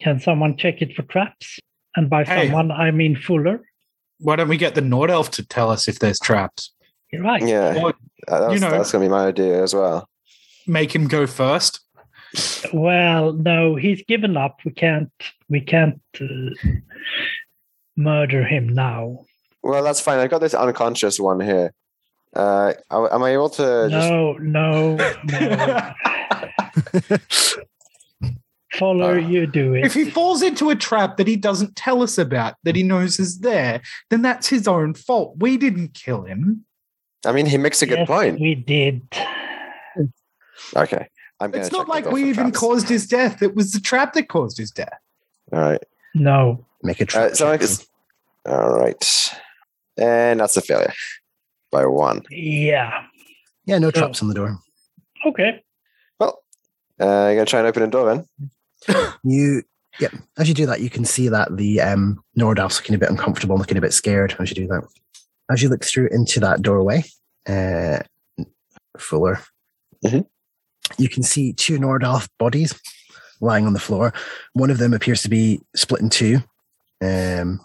can someone check it for traps? And by
Hey.
someone, I mean Fuller.
Why don't we get the Nord Elf to tell us if there's traps?
You're right.
Yeah,
Or
that- that's,
you know-
that's gonna be my idea as well.
make him go first.
Well, no, he's given up. We can't. We can't uh, murder him now.
Well, that's fine. I've got this unconscious one here. Uh, am am I able to Uh, just
no, no, no.
<laughs>
Fuller, you do it.
If he falls into a trap that he doesn't tell us about, that he knows is there, then that's his own fault. We didn't kill him.
I mean, he makes a good
Yes,
point.
We did.
Okay, I'm. gonna
It's not
check the
like
door
we
for
even
traps.
caused his death. It was the trap that caused his death.
All right.
No.
Make a
Uh,
trap.
so I
check.
guess- all right, and that's a failure by one.
Yeah.
yeah, no
so-
traps on the door.
Okay.
Well, uh, I'm gonna try and open a door then.
You, yep. As you do that, you can see that the um, Nordalf's looking a bit uncomfortable, looking a bit scared as you do that. As you look through into that doorway, uh, Fuller,
Mhm.
you can see two Nordalf bodies lying on the floor. One of them appears to be split in two. Um,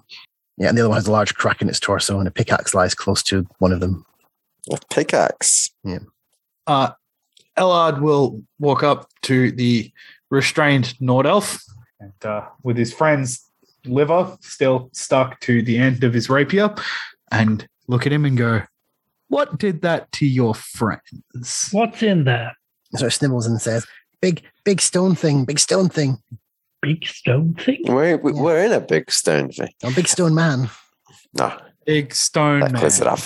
yeah, and the other one has a large crack in its torso, and a pickaxe lies close to one of them.
A pickaxe.
Uh, Ellard will walk up to the restrained Nord Elf and, uh, with his friend's liver still stuck to the end of his rapier and look at him and go, What did that to your friends?
What's in there?
So it snivels and says, "Big, big stone thing, big stone thing,
Big stone thing.
We're we- we're in a big stone thing.
a big stone man."
No,
Big stone.
that clears it
man.
up.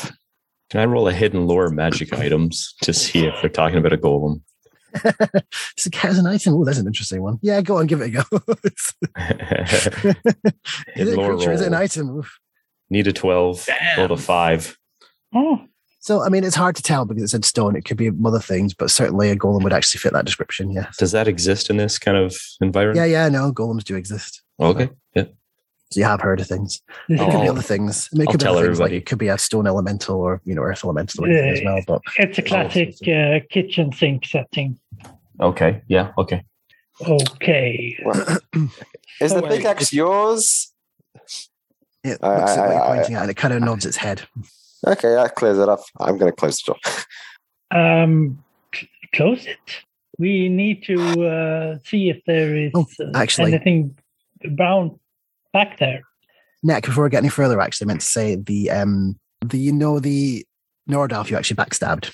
Can I roll a hidden lore magic items to see if they're talking about a golem? <laughs>
It's a cat as an item. Oh, that's an interesting one. Yeah, go <laughs> on, give it a go.
hidden
is it a
lore
creature? Is it an
roll.
item? Oof.
Need a 12, rolled a 5.
Oh,
So, I mean, it's hard to tell because it said stone. It could be other things, but certainly a golem would actually fit that description. Yes.
Does that exist in this kind of
Yeah,
environment?
yeah, no, golems do exist.
Okay. Yeah.
So you have heard of things.
this
It
is-
could be
Oh.
I'll-
other things. I mean, it
I'll
could be other
tell
things, like
everybody.
it could be a stone elemental or you know earth elemental or anything as well. But
Oh.
it's a classic uh, kitchen sink setting.
Okay. Yeah. Okay.
Okay.
Is the
Oh,
big axe yours?
It
I-
looks at what
I-
you're
I-
pointing at and it kind of nods its head.
Okay, that clears it up. I'm going to close the door.
Um, c- close it. We need to uh, see if there is uh,
actually-
anything brown back there.
Nick, before we get any further, actually, I meant to say the um the you know the Nordalf you actually backstabbed.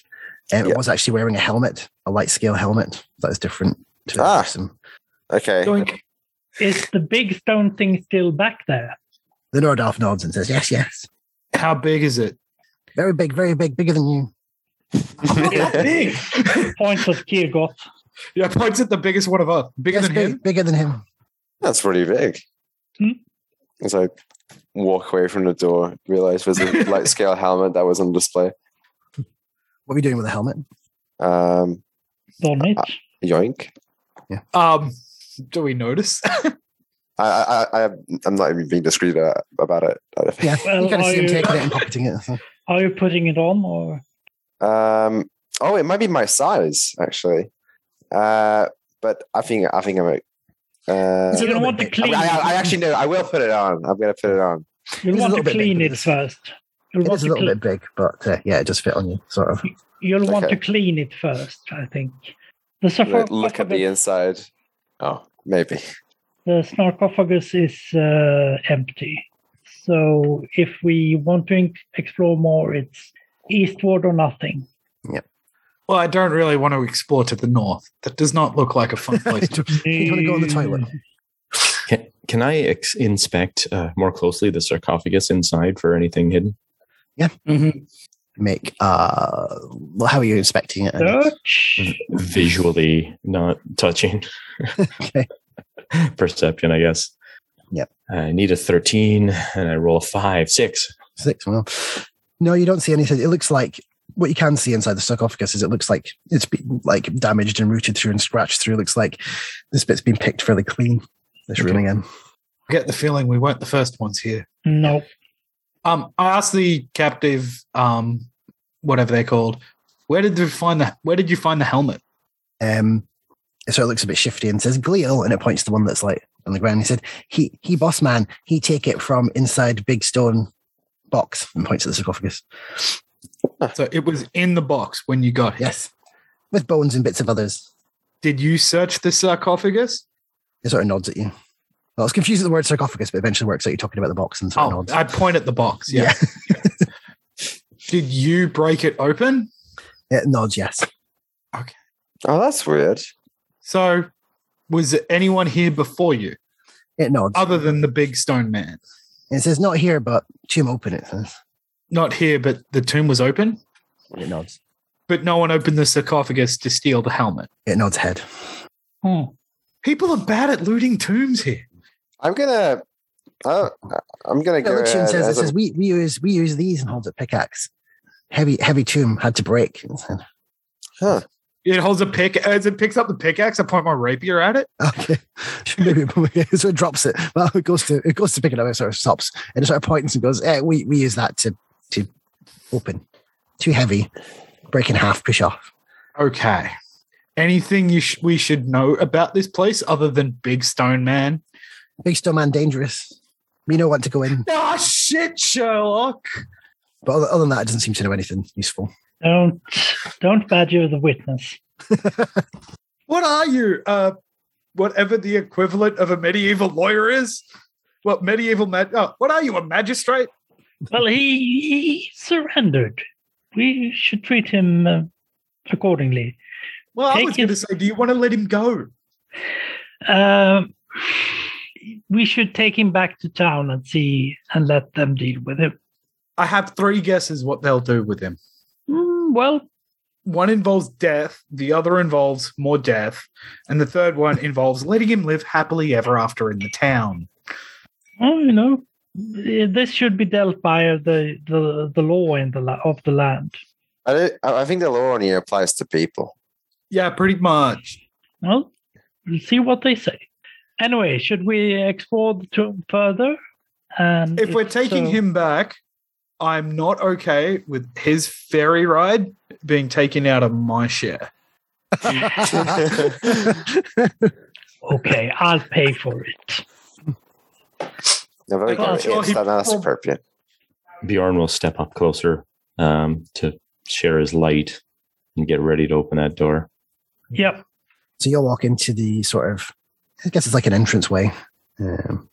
Um, It was actually wearing a helmet, a light scale helmet that is different to the
Ah.
person.
Okay.
Is the big stone thing still back there?
The Nordalf nods and says, "Yes, yes."
How big is it?
Very big, very big, bigger than you.
big.
Points of Kirgoth.
Yeah, points at the biggest one of us. Bigger than him.
Bigger than him.
That's pretty big. As I walk away from the door, realize there's a light scale helmet that was on display.
What are we doing with the helmet?
Um,
Donate.
yoink.
Um, do we notice? <laughs>
I, I, I, I'm not even being discreet uh, about it. <laughs>
Yeah,
Well,
you kind of
are
see him
you-
taking it and pocketing it. so.
Are you putting it on or?
Um, oh, it might be my size actually, uh, but I think I think I'm. A, uh,
You don't want to clean.
I, I, I actually know. I will put it on. I'm going to put
<laughs>
it on.
You'll
It's a
want to
little bit
clean it first. You'll
It
want
is a
to
little
clean-
bit big, but uh, yeah, it does fit on you, sort of. <laughs>
You'll want
Okay.
to clean it first, I think. The
Look-
sarcophagus,
Look at the inside. Oh, maybe.
the sarcophagus is uh, empty. So if we want to in- explore more, it's eastward or nothing.
well, I don't really want to explore to the north. That does not look like a <laughs> fun place. to
You want to go in the toilet?
Can, can I ex- inspect uh, more closely the sarcophagus inside for anything hidden?
Yeah. Make uh, well, how are you inspecting it?
V- visually, not touching. <laughs> Perception, I guess.
Yep.
I need a 13 and I roll a 5, 6.
Six. Well, no, you don't see anything. It looks like what you can see inside the sarcophagus is it looks like it's been like damaged and rooted through and scratched through. looks like this bit's been picked fairly clean. This room again.
I get the feeling we weren't the first ones here.
Mm-hmm.
No.
Um, I asked the captive, um, whatever they're called, where did you find the where did you find the helmet?
Um, so it looks a bit shifty and says Gleel, and it points to one that's like on the ground. He said, "He, he, boss man, he take it from inside big stone box," and points at the sarcophagus
So it was in the box when you got here.
Yes. with bones and bits of others.
Did you search the sarcophagus?
It sort of nods at you. Well, I was confused at the word sarcophagus, but eventually works out you're talking about the box and sort of
Oh,
nods.
I point at the box. Yeah. <laughs> did you break it open?
It nods yes.
Oh, that's weird.
So, was anyone here before you,
It nods.
other than the big stone man?
It says not here, but tomb open. It says
Not here, but the tomb was open.
it nods.
But no one opened the sarcophagus to steal the helmet.
It nods head.
Hmm.
People are bad at looting tombs here.
I'm gonna. I, I'm gonna
It
go.
looks at you and
ahead
says, "It
as a-
says we, we use we use these and holds a pickaxe. Heavy heavy tomb had to break." It said.
It holds a pick as it picks up the pickaxe. I point my rapier at it.
Okay. <laughs> Maybe so it drops it. Well, it goes to it goes to pick it up. It sort of stops and it sort of points and goes. Eh, we we use that to to open. Too heavy. Break in half. Push off.
Okay. Anything you sh- we should know about this place other than Big Stone Man?
Big stone man dangerous. We know want to go in,
Ah, shit, Sherlock.
but other, other than that, it doesn't seem to know anything useful.
Don't don't badger the witness.
What are you? Uh, whatever the equivalent of a medieval lawyer is. What medieval mag? Oh, what are you, a magistrate?
Well, he, he surrendered. We should treat him uh, accordingly.
Well, I
Take
was going to say, do you want to let him go?
Um, we should take him back to town and see and let them deal with him.
I have three guesses what they'll do with him.
Mm, well,
One involves death, the other involves more death, and the third one involves letting him live happily ever after in the town.
well, you know, this should be dealt by the the, the law in the la- of the land.
I, don't, I I think the law only applies to people.
Yeah, pretty much.
Well, we'll see what they say. Anyway, should we explore the tomb further? And
If we're taking
so-
him back, I'm not okay with his ferry ride being taken out of my share.
Okay, I'll pay for it.
No, very
Oh,
good.
so
It's
he-
not as appropriate.
Bjorn will step up closer um, to share his light and get ready to open that door.
Yep.
So you'll walk into the sort of, I guess it's like an entrance way. Um,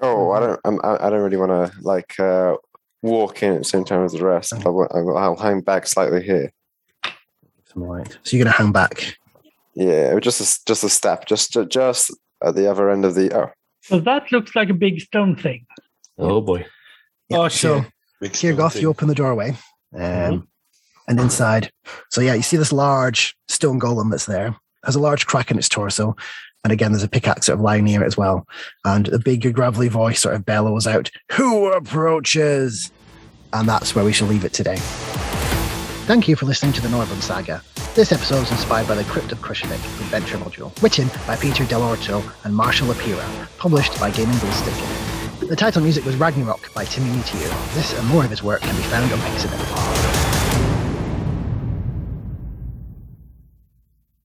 Oh, I don't. I'm, I I don't really want to like uh, walk in at the same time as the rest. I will, I will, I'll hang back slightly here.
Some light. So you're going to hang back.
Yeah, just a, s- just a step, just just at the other end of the. Oh,
So that looks like a big stone thing.
Oh boy.
oh, sure.
Kirgoth, you open the doorway. Um, And inside, so yeah, you see this large stone golem that's there. Has a large crack in its torso, and again, there's a pickaxe sort of lying near it as well. And a big gravelly voice sort of bellows out, "Who approaches?" And that's where we shall leave it today. Thank you for listening to the Northern Saga. This episode was inspired by the Crypt of Krishnik adventure module, written by Peter Del Orto and Marshall Apira, published by Gaming Ballistic. The title music was Ragnarok by Timmy Meteor. This and more of his work can be found on Pixabay.